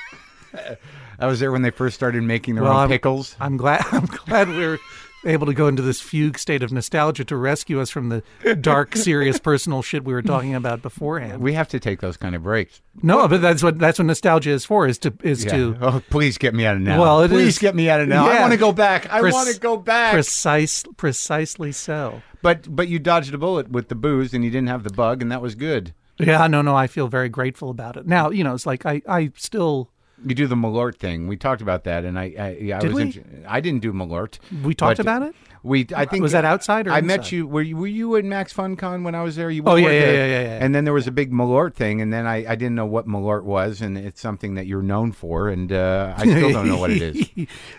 B: I was there when they first started making their
A: Well,
B: own
A: I'm-
B: pickles.
A: I'm glad. [LAUGHS] I'm glad we're able to go into this fugue state of nostalgia to rescue us from the
B: [LAUGHS]
A: dark, serious, personal shit we were talking about beforehand.
B: We have to take those kind of breaks.
A: No, but that's what that's what nostalgia is for. Is to is
B: Yeah.
A: to
B: [LAUGHS] Oh, please get me out of now.
A: Well, it
B: please
A: is-
B: get me out of now. I
A: Yeah.
B: want to go back. I
A: Pres-
B: want to go back.
A: precise, precisely so.
B: but but you dodged a bullet with the booze, and you didn't have the bug, and that was good.
A: Yeah, no, no, I feel very grateful about it. Now, you know, it's like I, I still
B: You do the malort thing. We talked about that, and I I, yeah, I
A: Did
B: was
A: we?
B: in- I didn't do malort.
A: we talked
B: But
A: about it. [LAUGHS]
B: We I think
A: Was that outside or
B: I met
A: inside?
B: you. Were you were you at Max FunCon when I was there? You
A: Oh, yeah,
B: were
A: yeah,
B: there.
A: yeah, yeah, yeah.
B: And then there was a big malort thing, and then I, I didn't know what malort was, and it's something that you're known for, and uh, I still don't know what
A: [LAUGHS]
B: it is.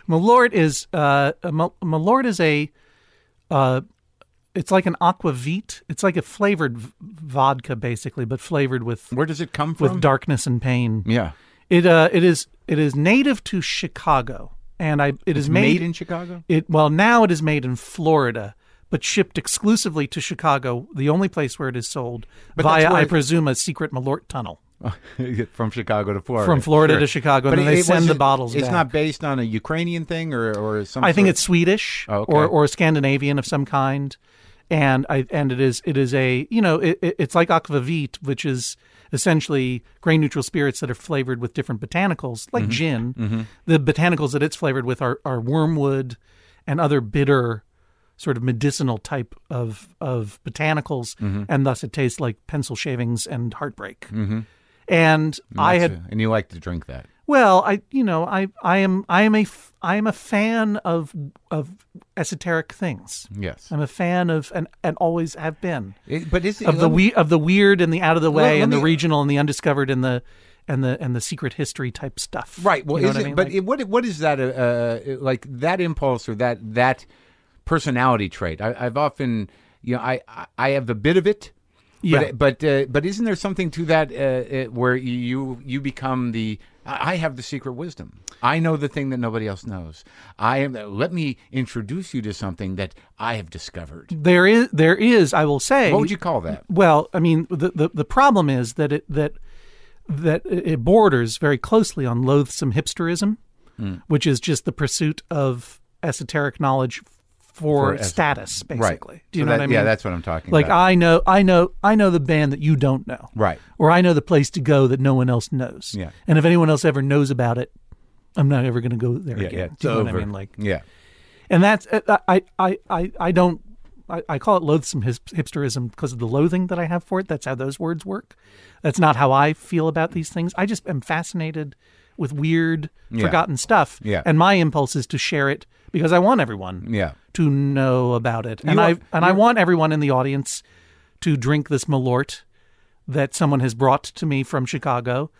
A: Malort is uh, a Mal- Malort is a, uh, it's like an aquavit. It's like a flavored v- vodka, basically, but flavored with
B: Where does it come
A: with
B: from?
A: darkness and pain.
B: yeah,
A: It uh, it is it is native to Chicago, and I it is
B: made,
A: made,
B: in Chicago.
A: it well now it is made in Florida. But shipped exclusively to Chicago, the only place where it is sold
B: that's
A: via,
B: where
A: I
B: it-
A: presume, a secret Malort tunnel
B: [LAUGHS] from Chicago to Florida.
A: from Florida
B: Sure.
A: to Chicago,
B: But
A: and then
B: it-
A: they
B: it
A: send the
B: wasn't-
A: bottles.
B: It's
A: back.
B: not based on a Ukrainian thing or or some.
A: I think
B: sort-
A: it's Swedish
B: Oh, okay.
A: or or Scandinavian of some kind, and I and it is it is a you know it, it- it's like aquavit, which is essentially grain neutral spirits that are flavored with different botanicals, like
B: Mm-hmm.
A: gin. The botanicals that it's flavored with are are wormwood and other bitter sort of medicinal type of of botanicals,
B: Mm-hmm.
A: and thus it tastes like pencil shavings and heartbreak. And I had
B: and you like to drink that.
A: well, I you know I I am I am a f- I am a fan of of esoteric things.
B: Yes,
A: I'm a fan of and and always have been
B: It- but is it, um,
A: of the
B: let me-
A: we of the weird and the out of the way
B: let
A: and the
B: me-
A: regional and the undiscovered and the and the and the secret history type stuff.
B: right? Well,
A: You know
B: is
A: what
B: it,
A: I mean?
B: but
A: Like-
B: it, what what is that? Uh, uh, like that impulse or that that personality trait? I, I've often you know I I- I have a bit of it.
A: Yeah.
B: But but uh, but isn't there something to that uh, uh, where you you become the I I have the secret wisdom. I know the thing that nobody else knows. I am. uh, Let me introduce you to something that I have discovered.
A: there is there is I will say
B: What would you call that?
A: Well, I mean, the, the the problem is that it that that it borders very closely on loathsome hipsterism,
B: Hmm.
A: which is just the pursuit of esoteric knowledge for,
B: es-
A: status, basically. Do you
B: So
A: know
B: that-
A: what I mean?
B: Yeah, that's what I'm talking
A: like
B: about.
A: I know, I know, I know the band that you don't know,
B: right.
A: or I know the place to go that no one else knows.
B: Yeah.
A: and if anyone else ever knows about it, I'm not ever going to go there again.
B: yeah,
A: Do you know what I mean? Like,
B: Yeah.
A: and that's uh, I I I I don't I, I call it loathsome his, hipsterism because of the loathing that I have for it. That's how those words work. That's not how I feel about these things. I just am fascinated with weird, forgotten stuff.
B: Yeah.
A: And my impulse is to share it because I want everyone
B: Yeah.
A: to know about it, and
B: You are-
A: I and I want everyone in the audience to drink this Malort that someone has brought to me from Chicago,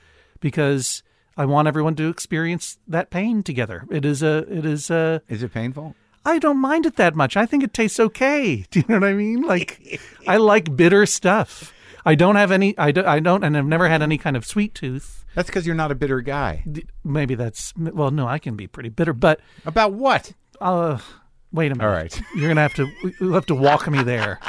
A: because I want everyone to experience that pain together. It is a it is a
B: Is it painful?
A: I don't mind [LAUGHS] it that much. I think it tastes okay. Do you know what I mean? Like, I like bitter stuff. I don't have any. I, do, I don't, and I've never had any kind of sweet tooth.
B: That's because you're not a bitter guy.
A: D- Maybe that's well. No, I can be pretty bitter, but
B: About what?
A: uh, wait a minute.
B: All right.
A: [LAUGHS] you're gonna have to. You'll have to walk
B: [LAUGHS]
A: me there.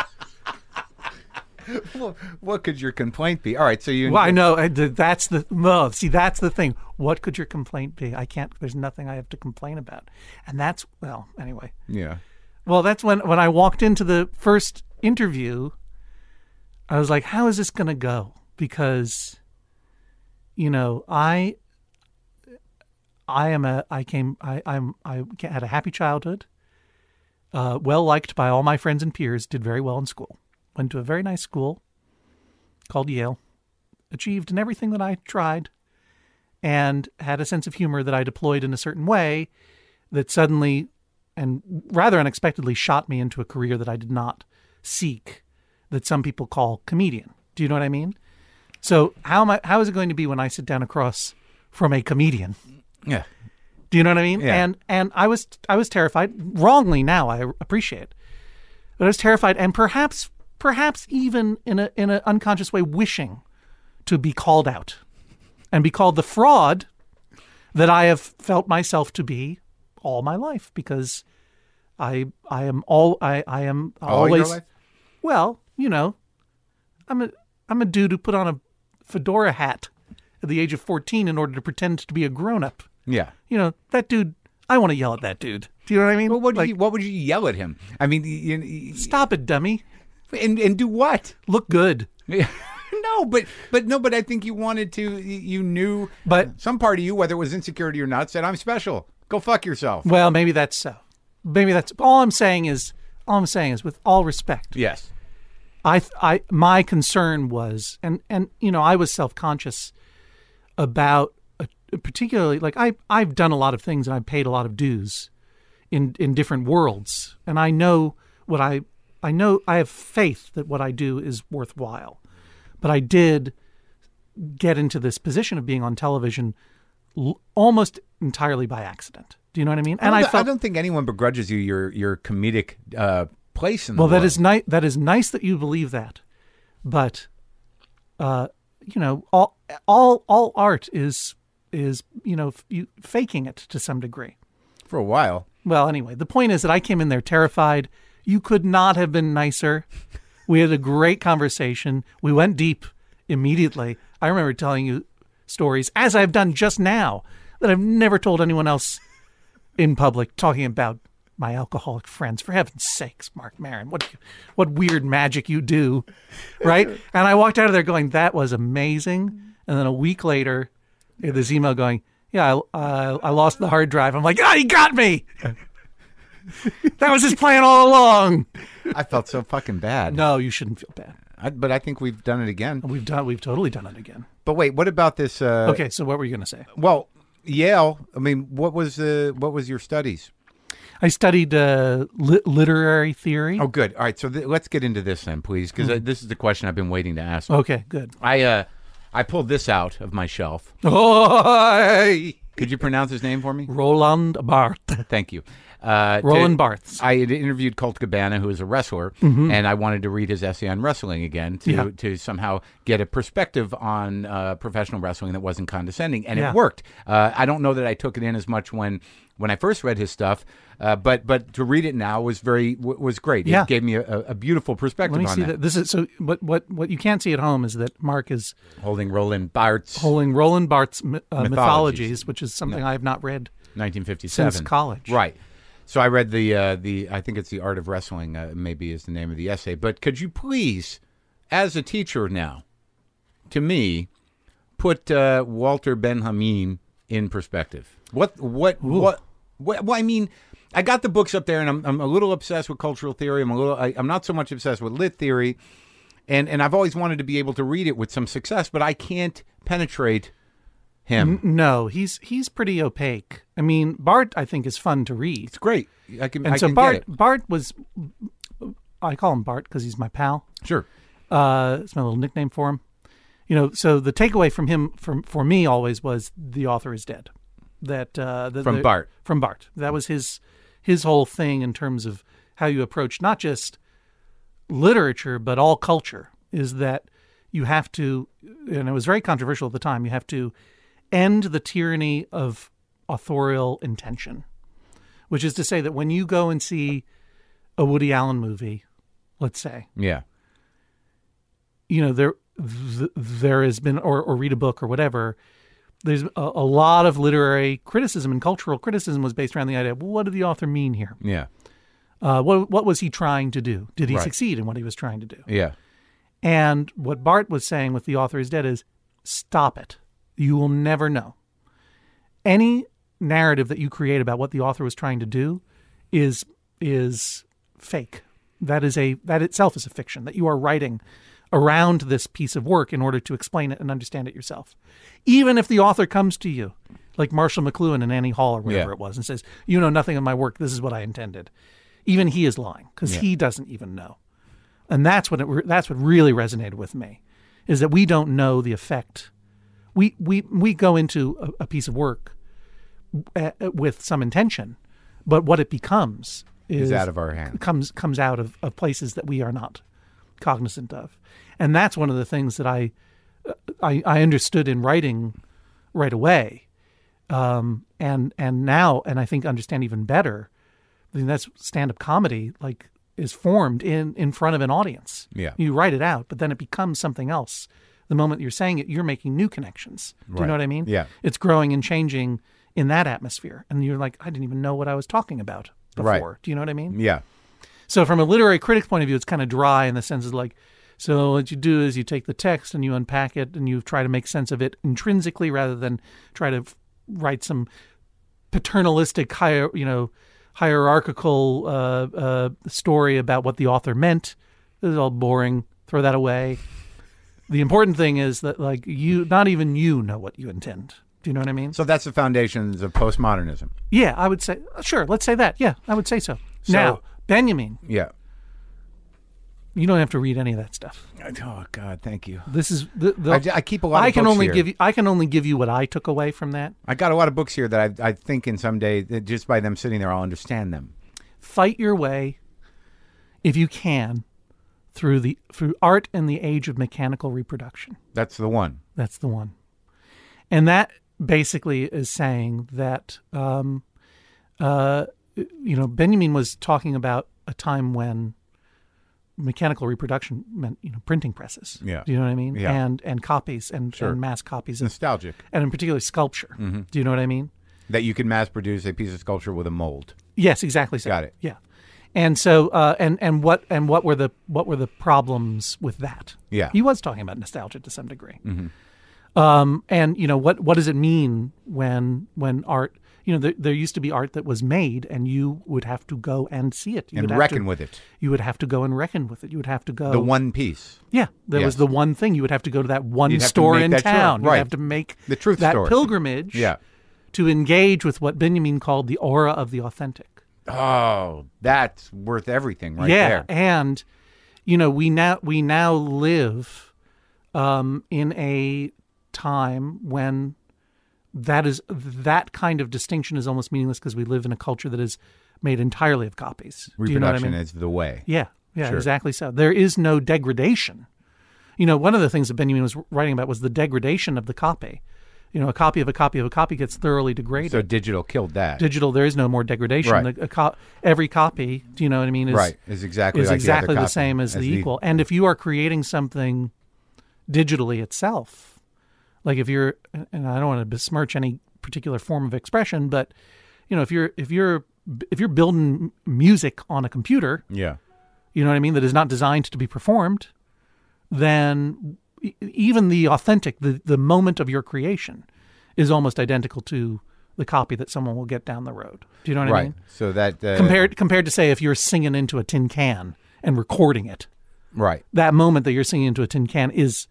B: What could your complaint be? All right, so you
A: Well, I know I, th- that's the no. See, that's the thing. What could your complaint be? I can't. There's nothing I have to complain about, and that's well. Anyway,
B: yeah.
A: well, that's when when I walked into the first interview, I was like, "How is this going to go?" Because, you know, I, I am a I came I I'm I ca- had a happy childhood, uh, well liked by all my friends and peers. Did very well in school. Went to a very nice school called Yale. Achieved in everything that I tried, and had a sense of humor that I deployed in a certain way that suddenly and rather unexpectedly shot me into a career that I did not seek that some people call comedian. Do you know what I mean? So how am I how is it going to be when I sit down across from a comedian?
B: Yeah.
A: Do you know what I mean?
B: Yeah.
A: And and I was I was terrified. Wrongly now I appreciate. But I was terrified and perhaps perhaps even in a in an unconscious way wishing to be called out and be called the fraud that I have felt myself to be all my life because I I am all I, I am
B: All your
A: always
B: life?
A: well, you know, I'm a I'm a dude who put on a fedora hat at the age of 14 in order to pretend to be a grown up
B: Yeah.
A: you know, that dude, I want to yell at that dude. Do you know what I mean?
B: But what,
A: Like,
B: do you, what would you yell at him? I mean, you, you-
A: stop it, dummy.
B: and and do what?
A: Look good.
B: [LAUGHS] no, but but no, but I think you wanted to. You knew,
A: But-
B: some part of you, whether it was insecurity or not, said, "I'm special. Go fuck yourself."
A: Well, maybe that's so. Maybe that's all I'm saying is all I'm saying is with all respect.
B: Yes.
A: I, th- I, my concern was, and and you know, I was self conscious about uh particularly like I I've done a lot of things and I paid a lot of dues in in different worlds, and I know what I I know I have faith that what I do is worthwhile, but I did get into this position of being on television l- almost entirely by accident. Do you know what I mean? And
B: I,
A: I
B: don't, I
A: felt
B: don't think anyone begrudges you your your comedic uh, place in
A: Well,
B: the
A: that
B: world.
A: is nice. That is nice that you believe that, but, uh, you know, all all all art is is you know f- you faking it to some degree.
B: for a while.
A: Well, anyway, the point is that I came in there terrified. You could not have been nicer. We had a great conversation. We went deep immediately. I remember telling you stories, as I've done just now, that I've never told anyone else in public, talking about my alcoholic friends. For heaven's sakes, Mark Marin, what what weird magic you do, right? And I walked out of there going, "That was amazing." And then a week later, I had this email going, "Yeah, I, uh, I lost the hard drive." I'm like, "Ah, he got me." that was his plan all along.
B: I felt so fucking bad.
A: No, you shouldn't feel bad.
B: I, but I think we've done it again.
A: We've done. We've totally done it again.
B: But wait, what about this? Uh,
A: Okay, so what were you going to say?
B: Well, Yale. I mean, what was the what was your studies?
A: I studied uh, lit- literary theory.
B: Oh, good. All right, so th- let's get into this then, please,
A: Hmm.
B: because this is the question I've been waiting to ask.
A: Okay, good.
B: I uh, I pulled this out of my shelf.
A: Oi!
B: Could you pronounce his name for me?
A: Roland Barthes.
B: Thank you. Uh, to-
A: Roland Barthes. Mm-hmm.
B: I had interviewed Colt Cabana, who is a wrestler, and I wanted to read his essay on wrestling again to,
A: Yeah.
B: to somehow get a perspective on uh, professional wrestling that wasn't condescending, and
A: Yeah.
B: it worked. Uh, I don't know that I took it in as much when when I first read his stuff, uh, but but to read it now was very w- was great.
A: Yeah.
B: It gave me a, a a beautiful perspective
A: Let me
B: on
A: see
B: that.
A: that. This is so. What what what you can't see at home is that Mark is
B: Holding Roland Barthes,
A: pulling Roland Barthes' mi- uh, mythologies.
B: Mythologies.
A: which is something I have not read.
B: 1957,
A: Since college.
B: right? So I read the uh, the I think it's the Art of Wrestling, uh, maybe is the name of the essay. But could you please, as a teacher now, to me, put uh, Walter Benjamin in perspective? What what what what? Well, I mean. I got the books up there, and I'm, I'm a little obsessed with cultural theory. I'm a little, I, I'm not so much obsessed with lit theory, and and I've always wanted to be able to read it with some success, but I can't penetrate him.
A: No, he's he's pretty opaque. I mean, Bart I think is fun to read.
B: It's great. I can,
A: And
B: I
A: so
B: can
A: Bart
B: get it.
A: Bart was, I call him Bart because he's my pal.
B: Sure.
A: Uh, it's my little nickname for him. You know, so the takeaway from him from for me always was the author is dead. That uh, the,
B: From
A: the-
B: Bart.
A: From Bart. That was his his whole thing in terms of how you approach not just literature but all culture is that you have to, and it was very controversial at the time, you have to end the tyranny of authorial intention, which is to say that when you go and see a Woody Allen movie, let's say,
B: Yeah.
A: you know there th- there has been or, or read a book or whatever there's a, a lot of literary criticism and cultural criticism was based around the idea of what did the author mean here
B: Yeah.
A: uh, what, what was he trying to do did he
B: Right.
A: succeed in what he was trying to do
B: Yeah.
A: and what bart was saying with the author is dead is stop it you will never know any narrative that you create about what the author was trying to do is is fake that is a that itself is a fiction that you are writing around this piece of work in order to explain it and understand it yourself even if the author comes to you like marshall mcluhan and annie hall or whatever
B: Yeah.
A: it was and says you know nothing of my work this is what i intended even he is lying because he doesn't even know and that's what it re- that's what really resonated with me is that we don't know the effect we we we go into a, a piece of work uh, with some intention, but what it becomes is,
B: out of our hands.
A: Comes comes out of, of places that we are not cognizant of, and that's one of the things that I uh, I, I understood in writing right away, um, and and now and I think understand even better. I mean, that's stand up comedy like is formed in in front of an audience.
B: Yeah.
A: you write it out, but then it becomes something else. The moment you're saying it, you're making new connections. Do you
B: Right.
A: know what I mean?
B: Yeah.
A: it's growing and changing in that atmosphere, and you're like, I didn't even know what I was talking about before.
B: Right.
A: Do you know what I mean?
B: Yeah.
A: So from a literary critic's point of view, it's kind of dry in the sense of like, so what you do is you take the text and you unpack it and you try to make sense of it intrinsically rather than try to f- write some paternalistic hier you know hierarchical uh, uh, story about what the author meant. This is all boring. Throw that away. The important thing is that like you, not even you know what you intend. Do you know what I mean?
B: So that's the foundations of postmodernism.
A: Yeah, I would say sure. Let's say that. Yeah, I would say so.
B: So-
A: now, Benjamin,
B: Yeah.
A: you don't have to read any of that stuff.
B: Oh God, thank you.
A: This is the, the
B: I, j- I keep a lot. Of
A: I can
B: books
A: only
B: here.
A: give you I can only give you what I took away from that.
B: I got a lot of books here that I, I think in some day that just by them sitting there, I'll understand them.
A: Fight your way if you can through the through art in the age of mechanical reproduction.
B: That's the one.
A: That's the one. And that basically is saying that, um, uh, you know, Benjamin was talking about a time when mechanical reproduction meant, you know, printing presses.
B: Yeah.
A: Do you know what I mean?
B: Yeah.
A: And, and copies and, and mass copies and,
B: Nostalgic
A: and in particular sculpture.
B: Mm-hmm.
A: Do you know what I mean?
B: that you can mass produce a piece of sculpture with a mold.
A: Yes, exactly. So.
B: Got it.
A: Yeah. And so, uh, and and what and what were the what were the problems with that?
B: Yeah. Mm-hmm.
A: he was talking about nostalgia to some degree. Um, and you know what what does it mean when when art? You know, there, there used to be art that was made, and you would have to go and see it. You
B: And
A: would have
B: reckon
A: to-
B: with it.
A: You would have to go and reckon with it. You would have to go.
B: The one piece.
A: Yeah, there
B: Yeah.
A: was the one thing you would have to go to that one
B: You'd have to
A: store
B: make
A: in
B: that trip,
A: town.
B: right.
A: You'd have to make
B: The truth
A: that
B: store.
A: pilgrimage.
B: Yeah.
A: to engage with what Benjamin called the aura of the authentic.
B: Oh, that's worth everything right
A: yeah,
B: there.
A: and you know we now we now live um, in a time when that is that kind of distinction is almost meaningless because we live in a culture that is made entirely of copies. Do you know what I
B: Reproduction
A: mean?
B: is the way.
A: Yeah, yeah, exactly. So there is no degradation. You know, one of the things that Benjamin was writing about was the degradation of the copy. You know, a copy of a copy of a copy gets thoroughly degraded
B: So digital killed that.
A: digital there is no more degradation
B: Right.
A: The- a co- every copy do you know what i mean is,
B: Right, is exactly
A: is
B: like the other
A: exactly the,
B: copy,
A: same as,
B: as
A: the
B: the-
A: equal and if you are creating something digitally itself like if you're and i don't want to besmirch any particular form of expression but you know if you're if you're if you're building music on a computer
B: yeah.
A: you know what I mean, that is not designed to be performed, then e- even the authentic, the, the moment of your creation is almost identical to the copy that someone will get down the road. Do you know what I
B: Right.
A: mean?
B: So that uh,
A: Compared compared to say if you're singing into a tin can and recording it,
B: Right.
A: that moment that you're singing into a tin can is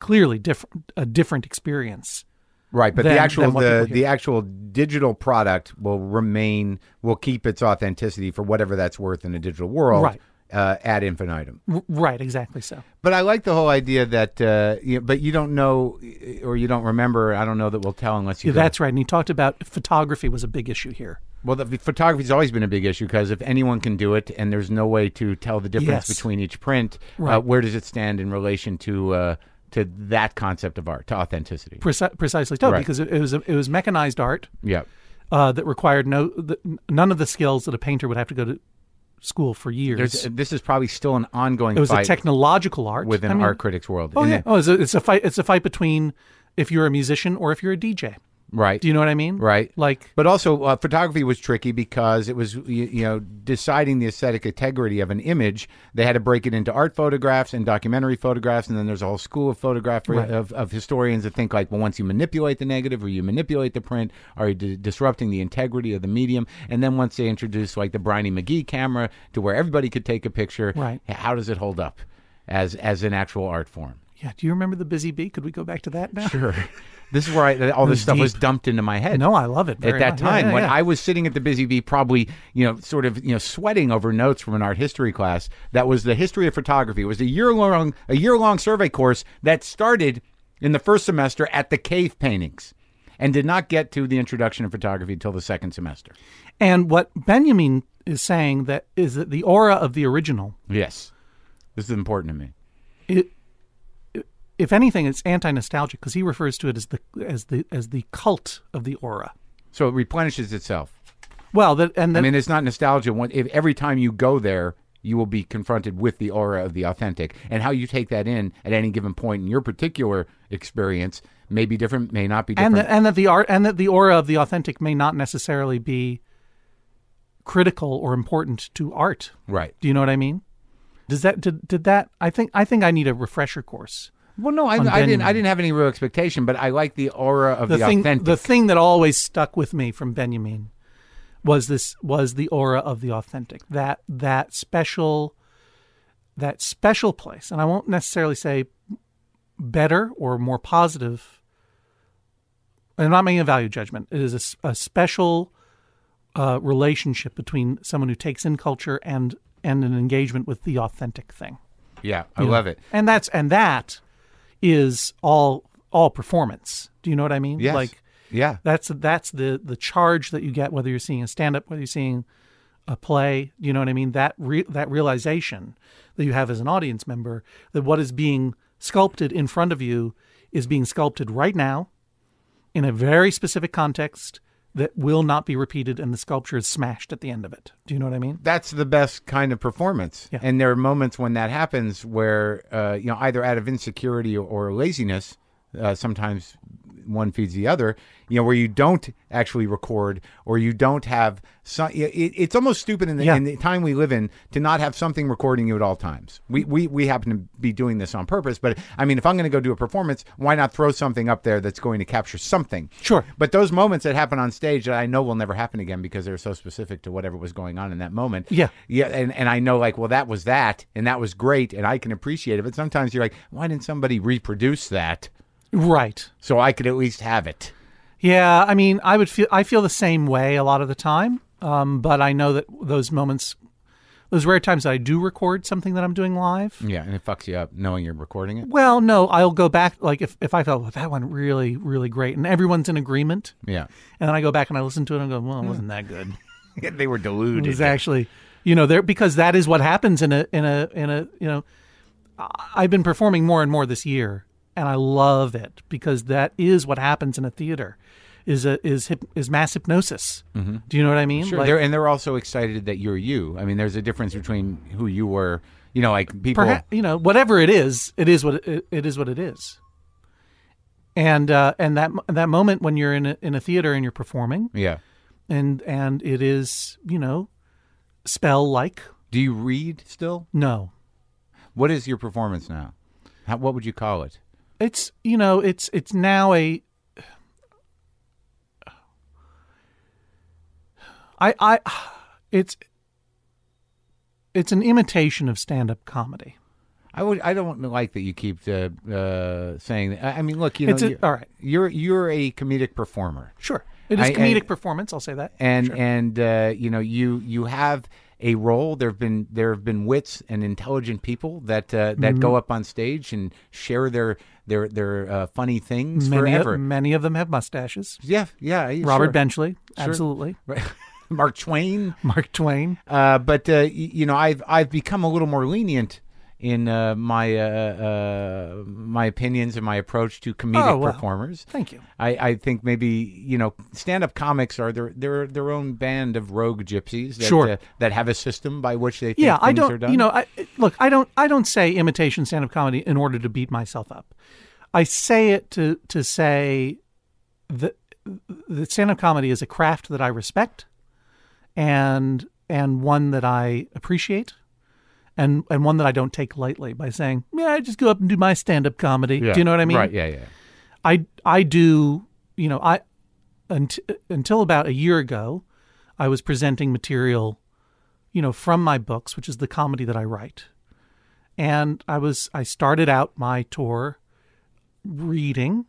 A: clearly different a different experience.
B: Right, but
A: than-
B: the actual
A: than what
B: the,
A: people
B: the actual digital product will remain will keep its authenticity for whatever that's worth in a digital world.
A: Right.
B: uh, ad infinitum.
A: R- right, exactly so.
B: But I like the whole idea that, uh, you but you don't know eh, or you don't remember. I don't know that we'll tell unless you.
A: Yeah,
B: go-
A: that's right. And he talked about photography was a big issue here.
B: well, the photography's always been a big issue because if anyone can do it and there's no way to tell the difference
A: Yes.
B: between each print,
A: Right.
B: uh, where does it stand in relation to uh, to that concept of art, to authenticity?
A: Preci- precisely so,
B: Right.
A: because it, it was it was mechanized art
B: yeah.
A: uh, that required no the, none of the skills that a painter would have to go to school for years.
B: There's, this is probably still an ongoing
A: it was a
B: fight
A: technological art
B: within
A: I mean,
B: art critics' world.
A: Oh
B: And
A: yeah.
B: then-
A: Oh, it's a, it's a fight. It's a fight between if you're a musician or if you're a DJ.
B: right.
A: Do you know what I mean?
B: Right.
A: Like
B: But also, uh, photography was tricky because it was, you, you know, deciding the aesthetic integrity of an image. They had to break it into art photographs and documentary photographs, and then there's a whole school of photograph of, of historians that think like, well, once you manipulate the negative or you manipulate the print, are you di- disrupting the integrity of the medium? And then once they introduced like the Briny McGee camera to where everybody could take a picture,
A: Right.
B: h- How does it hold up as as an actual art form?
A: yeah. Do you remember the busy bee? Could we go back to that now?
B: Sure. This is where I, all this stuff was dumped into my head
A: No, I love it.
B: at
A: very
B: that
A: much. Yeah,
B: time
A: yeah,
B: when
A: yeah.
B: I was sitting at the Busy Bee, probably you know, sort of you know, sweating over notes from an art history class. That was the history of photography. It was a year long a year long survey course that started in the first semester at the cave paintings, and did not get to the introduction of photography until the second semester.
A: And what Benjamin is saying that is that the aura of the original,
B: Yes, this is important to me.
A: it, if anything, it's anti-nostalgic because he refers to it as the as the as the cult of the aura.
B: So it replenishes itself.
A: Well, that and that,
B: I mean, it's not nostalgia. When, if every time you go there, you will be confronted with the aura of the authentic, and how you take that in at any given point in your particular experience may be different, may not be different.
A: and that and that the art and that the aura of the authentic may not necessarily be critical or important to art.
B: right.
A: Do you know what I mean? Does that did, did that? I think I think I need a refresher course.
B: Well, no, I, I didn't. I didn't have any real expectation, but I like the aura of the,
A: thing
B: authentic.
A: the thing that always stuck with me from Benjamin was this was the aura of the authentic that that special that special place and I won't necessarily say better or more positive I'm not making a value judgment it is a s- a, special uh, relationship between someone who takes in culture and and an engagement with the authentic thing
B: yeah, I love it.
A: and that's and that is all all performance do you know what I mean
B: Yes.
A: like
B: yeah,
A: that's that's the the charge that you get whether you're seeing a stand up, whether you're seeing a play. You know what I mean? That re- that realization that you have as an audience member that what is being sculpted in front of you is being sculpted right now in a very specific context that will not be repeated, and the sculpture is smashed at the end of it. Do you know what I mean?
B: that's the best kind of performance.
A: Yeah.
B: And there are moments when that happens where, uh, you know, either out of insecurity or, or laziness, uh, sometimes one feeds the other, you know, where you don't actually record or you don't have some, it, it's almost stupid in the,
A: Yeah.
B: in the time we live in to not have something recording you at all times. We, we, we happen to be doing this on purpose, but I mean, if I'm going to go do a performance, why not throw something up there that's going to capture something?
A: Sure.
B: But those moments that happen on stage that I know will never happen again because they're so specific to whatever was going on in that moment.
A: Yeah.
B: Yeah. And, and I know, like, well, that was that, and that was great, and I can appreciate it. But sometimes you're like, why didn't somebody reproduce that
A: Right.
B: so I could at least have it?
A: Yeah, I mean, I would feel I feel the same way a lot of the time, um, but I know that those moments, those rare times that I do record something that I'm doing live.
B: Yeah. And it fucks you up knowing you're recording it.
A: Well, no, I'll go back. Like if if I felt well, that one really really great, and everyone's in agreement,
B: Yeah.
A: and then I go back and I listen to it and go, well, it wasn't that good.
B: [LAUGHS] they were
A: It
B: deluded.
A: was actually, you know, there because that is what happens in a in a in a you know, I- I've been performing more and more this year, and I love it because that is what happens in a theater, is a is hyp, is mass hypnosis. Do you know what I mean?
B: [LAUGHS] Sure.
A: Like,
B: they're, and they're also excited that you're you. I mean, there's a difference between who you were, you know, like people.
A: perha- you know whatever it is it is what it, it is what it is and uh, and that that moment when you're in a, in a theater and you're performing
B: Yeah.
A: and and it is you know spell like
B: Do you read still?
A: no
B: What is your performance now? How, what would you call it?
A: it's you know it's it's now a [SIGHS] I I [SIGHS] it's it's an imitation of stand up comedy
B: I would. I don't like that you keep uh, uh, saying. That. I I mean, look, you know,
A: It's a-
B: you're,
A: all right.
B: You're you're a comedic performer,
A: sure it is
B: I- I-
A: comedic performance I'll say that
B: and and uh, you know you you have a role. There have been there have been wits and intelligent people that uh, that
A: Mm-hmm.
B: go up on stage and share their their their uh, funny things
A: Many,
B: forever.
A: of, many of them have mustaches.
B: Yeah, yeah. yeah,
A: Robert
B: sure.
A: Benchley, absolutely.
B: [LAUGHS] Right. Mark Twain.
A: Mark Twain.
B: Uh, but uh, y- you know, I've I've become a little more lenient in uh, my uh, uh, my opinions and my approach to comedic
A: Oh, well.
B: performers.
A: Thank you.
B: I, I think maybe you know stand-up comics are their their their own band of rogue gypsies that,
A: Sure.
B: uh, that have a system by which they think
A: Yeah, I
B: things are
A: don't.
B: done.
A: You know, I, look, I don't. I don't say imitation stand-up comedy in order to beat myself up. I say it to to say that that stand-up comedy is a craft that I respect, and and one that I appreciate, and and one that I don't take lightly by saying, yeah, I just go up and do my stand-up comedy. Do you know what I mean?
B: Right. Yeah. Yeah.
A: I I do you know I unt- until about a year ago I was presenting material you know from my books which is the comedy that I write and I was I started out my tour reading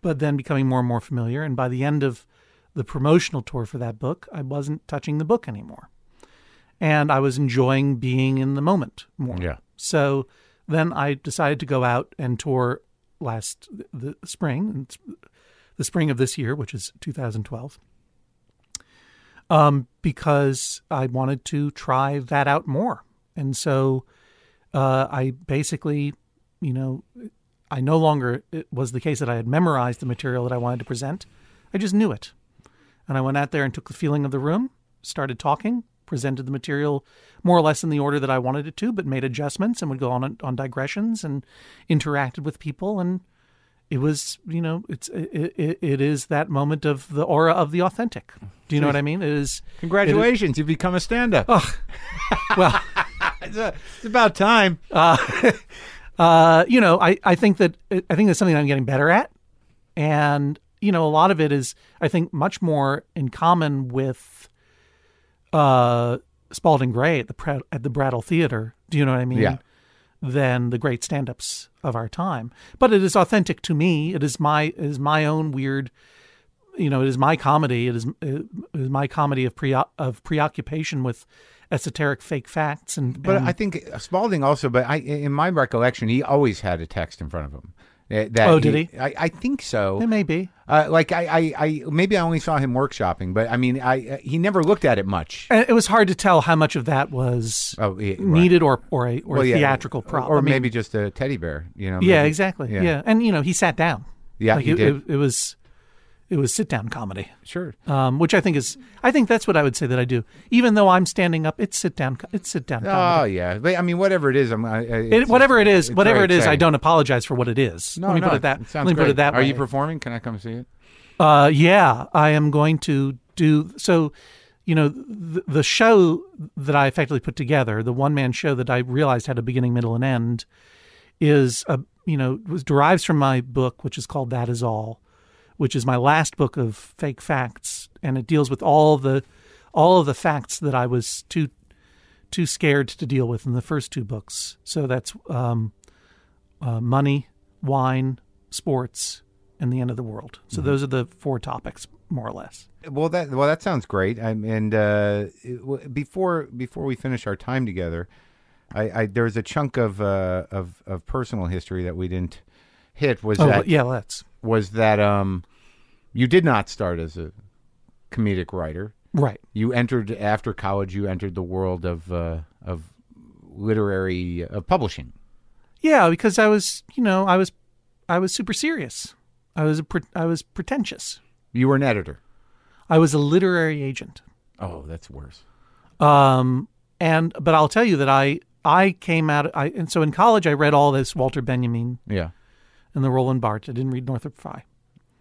A: but then becoming more and more familiar and by the end of the promotional tour for that book I wasn't touching the book anymore and I was enjoying being in the moment more
B: Yeah.
A: so then I decided to go out and tour last the spring, and it's the spring of this year, which is 2012, um, because I wanted to try that out more. And so uh, I basically, you know, I no longer, it was the case that I had memorized the material that I wanted to present. I just knew it. And I went out there and took the feeling of the room, started talking, presented the material more or less in the order that I wanted it to, but made adjustments and would go on on digressions and interacted with people and it was, you know, it's it, it, it is that moment of the aura of the authentic. Do you know what I mean? It is
B: Congratulations, you've become a stand-up. [LAUGHS]
A: well,
B: It's, uh, it's about time.
A: uh, you know, I, I think that I think that's something I'm getting better at, and you know, a lot of it is I think much more in common with uh, Spalding Gray at the Pra- at the Brattle Theater. Do you know what I mean?
B: Yeah.
A: Than the great stand-ups of our time, but it is authentic to me. It is my it is my own weird, you know, it is my comedy. It is, it is my comedy of pre of preoccupation with esoteric fake facts and
B: But
A: and-
B: I think Spalding also, but I, in my recollection, he always had a text in front of him. Uh, That
A: Oh, did he?
B: I, I think
A: it
B: so.
A: may be.
B: Uh, like I, I, I, maybe I only saw him workshopping, but I mean, I, uh, he never looked at it much.
A: And it was hard to tell how much of that was
B: Oh, yeah, right.
A: needed or or a or
B: Well,
A: a
B: yeah,
A: theatrical prop,
B: or
A: I mean,
B: maybe just a teddy bear. You know?
A: yeah,
B: maybe.
A: exactly,
B: Yeah.
A: yeah. And you know, he sat down.
B: Yeah,
A: like
B: he
A: it,
B: did.
A: It, it was, it was sit down comedy,
B: Sure.
A: um, which I think is I think that's what I would say that I do. Even though I'm standing up, it's sit down. co- It's sit down comedy.
B: Oh yeah, but I mean, whatever it is, I'm. I, I- it's-
A: It, whatever it is,
B: it's
A: whatever
B: very
A: it is, I
B: exciting.
A: don't apologize for what it is.
B: No,
A: Let me
B: no,
A: put it that.
B: sounds
A: let me put
B: great.
A: it that
B: Are
A: way.
B: you performing? Can I come see it?
A: Uh, yeah, I am going to do so. You know, the, the show that I effectively put together, the one man show that I realized had a beginning, middle, and end, is a you know was derives from my book, which is called That Is All, which is my last book of fake facts, and it deals with all the all of the facts that I was too too scared to deal with in the first two books. So that's um, uh, money, wine, sports, and the end of the world. So
B: Mm-hmm.
A: those are the four topics, more or less.
B: Well, that well that sounds great. i and uh, it- w- before before we finish our time together, I, I there was a chunk of uh, of of personal history that we didn't hit. Was
A: Oh,
B: that
A: yeah, that's
B: was that um, you did not start as a comedic writer.
A: right.
B: You entered after college. You entered the world of uh, of literary uh, of publishing.
A: Yeah, because I was, you know, I was, I was super serious. I was, a pre- I was pretentious.
B: You were an editor.
A: I was a literary agent.
B: Oh, that's worse.
A: Um, and but I'll tell you that I, I came out. I and so in college I read all this Walter Benjamin
B: Yeah,
A: and the Roland Barthes. I didn't read Northrop Frye.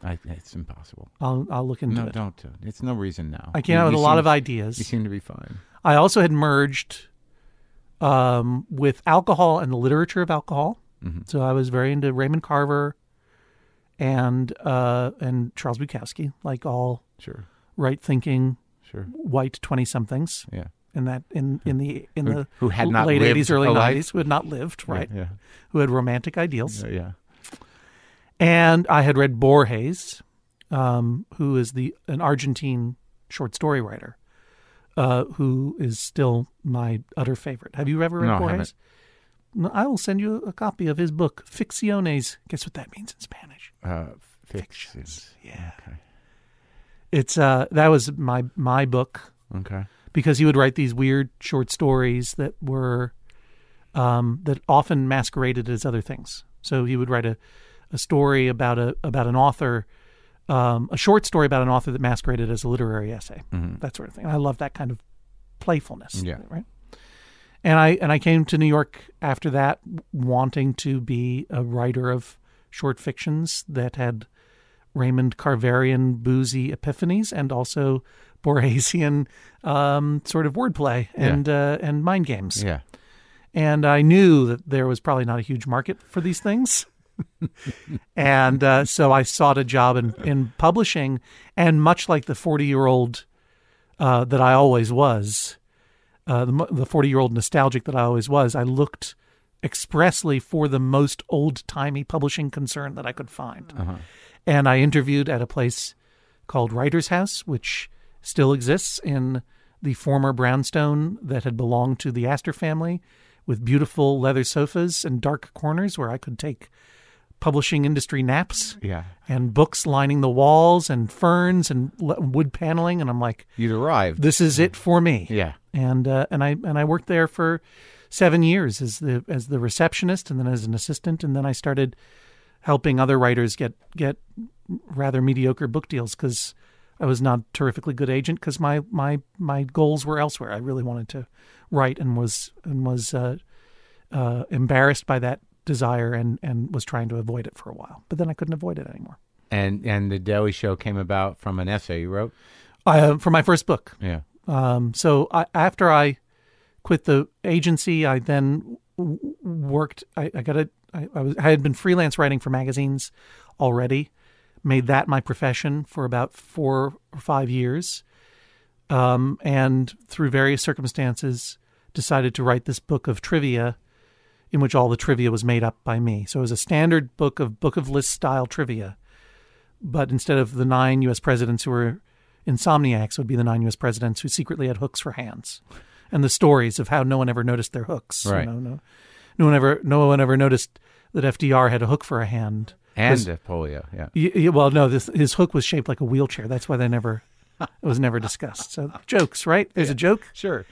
B: I, it's impossible.
A: I'll, I'll look into
B: No,
A: it.
B: don't. do it. It's no reason now.
A: I came
B: You-
A: out with
B: you
A: a lot
B: seem-
A: of ideas.
B: You seem to be fine.
A: I also had merged um, with alcohol and the literature of alcohol.
B: Mm-hmm.
A: So I was very into Raymond Carver and uh, and Charles Bukowski, like all
B: Sure,
A: right thinking
B: sure.
A: white twenty somethings
B: Yeah.
A: in that in, in the in
B: Who-
A: the
B: who had not
A: late
B: lived
A: eighties, early
B: a life.
A: nineties, who had not lived, right?
B: Yeah.
A: Who had romantic ideals.
B: Yeah. yeah.
A: And I had read Borges, um, who is the an Argentine short story writer, uh, who is still my utter favorite. Have you ever read
B: No, I
A: Borges? No, I will send you a copy of his book, Ficciones. Guess what that means in Spanish?
B: Uh, fictions.
A: Yeah. It's uh, that was my my book
B: Okay.
A: because he would write these weird short stories that were um, that often masqueraded as other things. So he would write a, a story about a about an author, um, a short story about an author that masqueraded as a literary essay, that sort of thing. And I love that kind of playfulness.
B: Yeah.
A: Right. And I and I came to New York after that, wanting to be a writer of short fictions that had Raymond Carverian boozy epiphanies and also Borgesian um, sort of wordplay and uh, and mind games.
B: Yeah.
A: And I knew that there was probably not a huge market for these things. [LAUGHS] and uh, so I sought a job in, in publishing. And much like the 40 year old uh, that I always was, uh, the mo- the 40 year old nostalgic that I always was, I looked expressly for the most old timey publishing concern that I could find. And I interviewed at a place called Writer's House, which still exists in the former brownstone that had belonged to the Astor family with beautiful leather sofas and dark corners where I could take publishing industry naps
B: Yeah.
A: and books lining the walls and ferns and le- wood paneling. And I'm like,
B: You'd arrived.
A: this is it for me
B: Yeah.
A: and uh, and I and I worked there for seven years as the as the receptionist and then as an assistant and then I started helping other writers get get rather mediocre book deals because I was not a terrifically good agent because my my my goals were elsewhere. I really wanted to write and was and was uh, uh, embarrassed by that desire and and was trying to avoid it for a while, but then I couldn't avoid it anymore.
B: And and the Daily Show came about from an essay you wrote.
A: Uh, for my first book,
B: Yeah.
A: Um, so I, after I quit the agency, I then w- w- worked. I, I got a. I, I was. I had been freelance writing for magazines already. Made that my profession for about four or five years, um, and through various circumstances, decided to write this book of trivia, in which all the trivia was made up by me. So it was a standard book of book of list style trivia but instead of the nine U.S. presidents who were insomniacs, it would be the nine U.S. presidents who secretly had hooks for hands, and the stories of how no one ever noticed their hooks.
B: Right.
A: No, no, no one ever, no one ever noticed that FDR had a hook for a hand.
B: And polio. Yeah.
A: Y- y- well, no, this, his hook was shaped like a wheelchair. That's why they never. It was never discussed. So
B: [LAUGHS]
A: jokes, right? There's a joke,
B: Sure.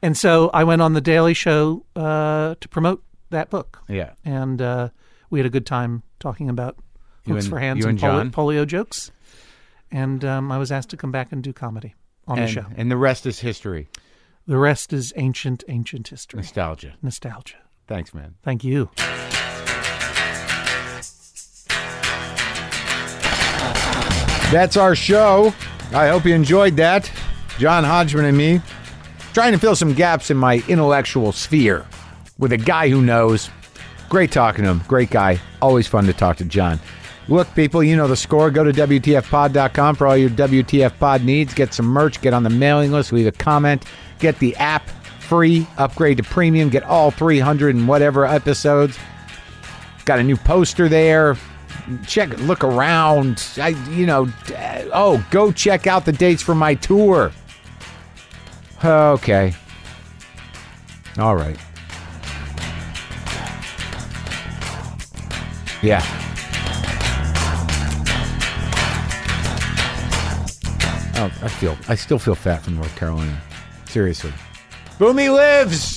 A: and so I went on the Daily Show uh, to promote that book,
B: Yeah.
A: and uh, we had a good time talking about
B: You
A: hooks
B: and-
A: for hands
B: you
A: and,
B: and
A: poli-
B: John?
A: polio jokes. And um, I was asked to come back and do comedy on the
B: And,
A: show.
B: and the rest is history.
A: The rest is ancient, ancient history,
B: Nostalgia.
A: nostalgia.
B: Thanks, man.
A: Thank you.
B: That's our show. I hope you enjoyed that. John Hodgman and me trying to fill some gaps in my intellectual sphere with a guy who knows. Great talking to him. Great guy. Always fun to talk to John. Look, people, you know the score. Go to WTFpod.com for all your WTF pod needs. Get some merch. Get on the mailing list. Leave a comment. Get the app free. Upgrade to premium. Get all 300 and whatever episodes. Got a new poster there. Check, look around. I, you know, d- oh, go check out the dates for my tour. Okay. All right. Yeah. Oh, I feel, I still feel fat from North Carolina. Seriously. Boomy lives!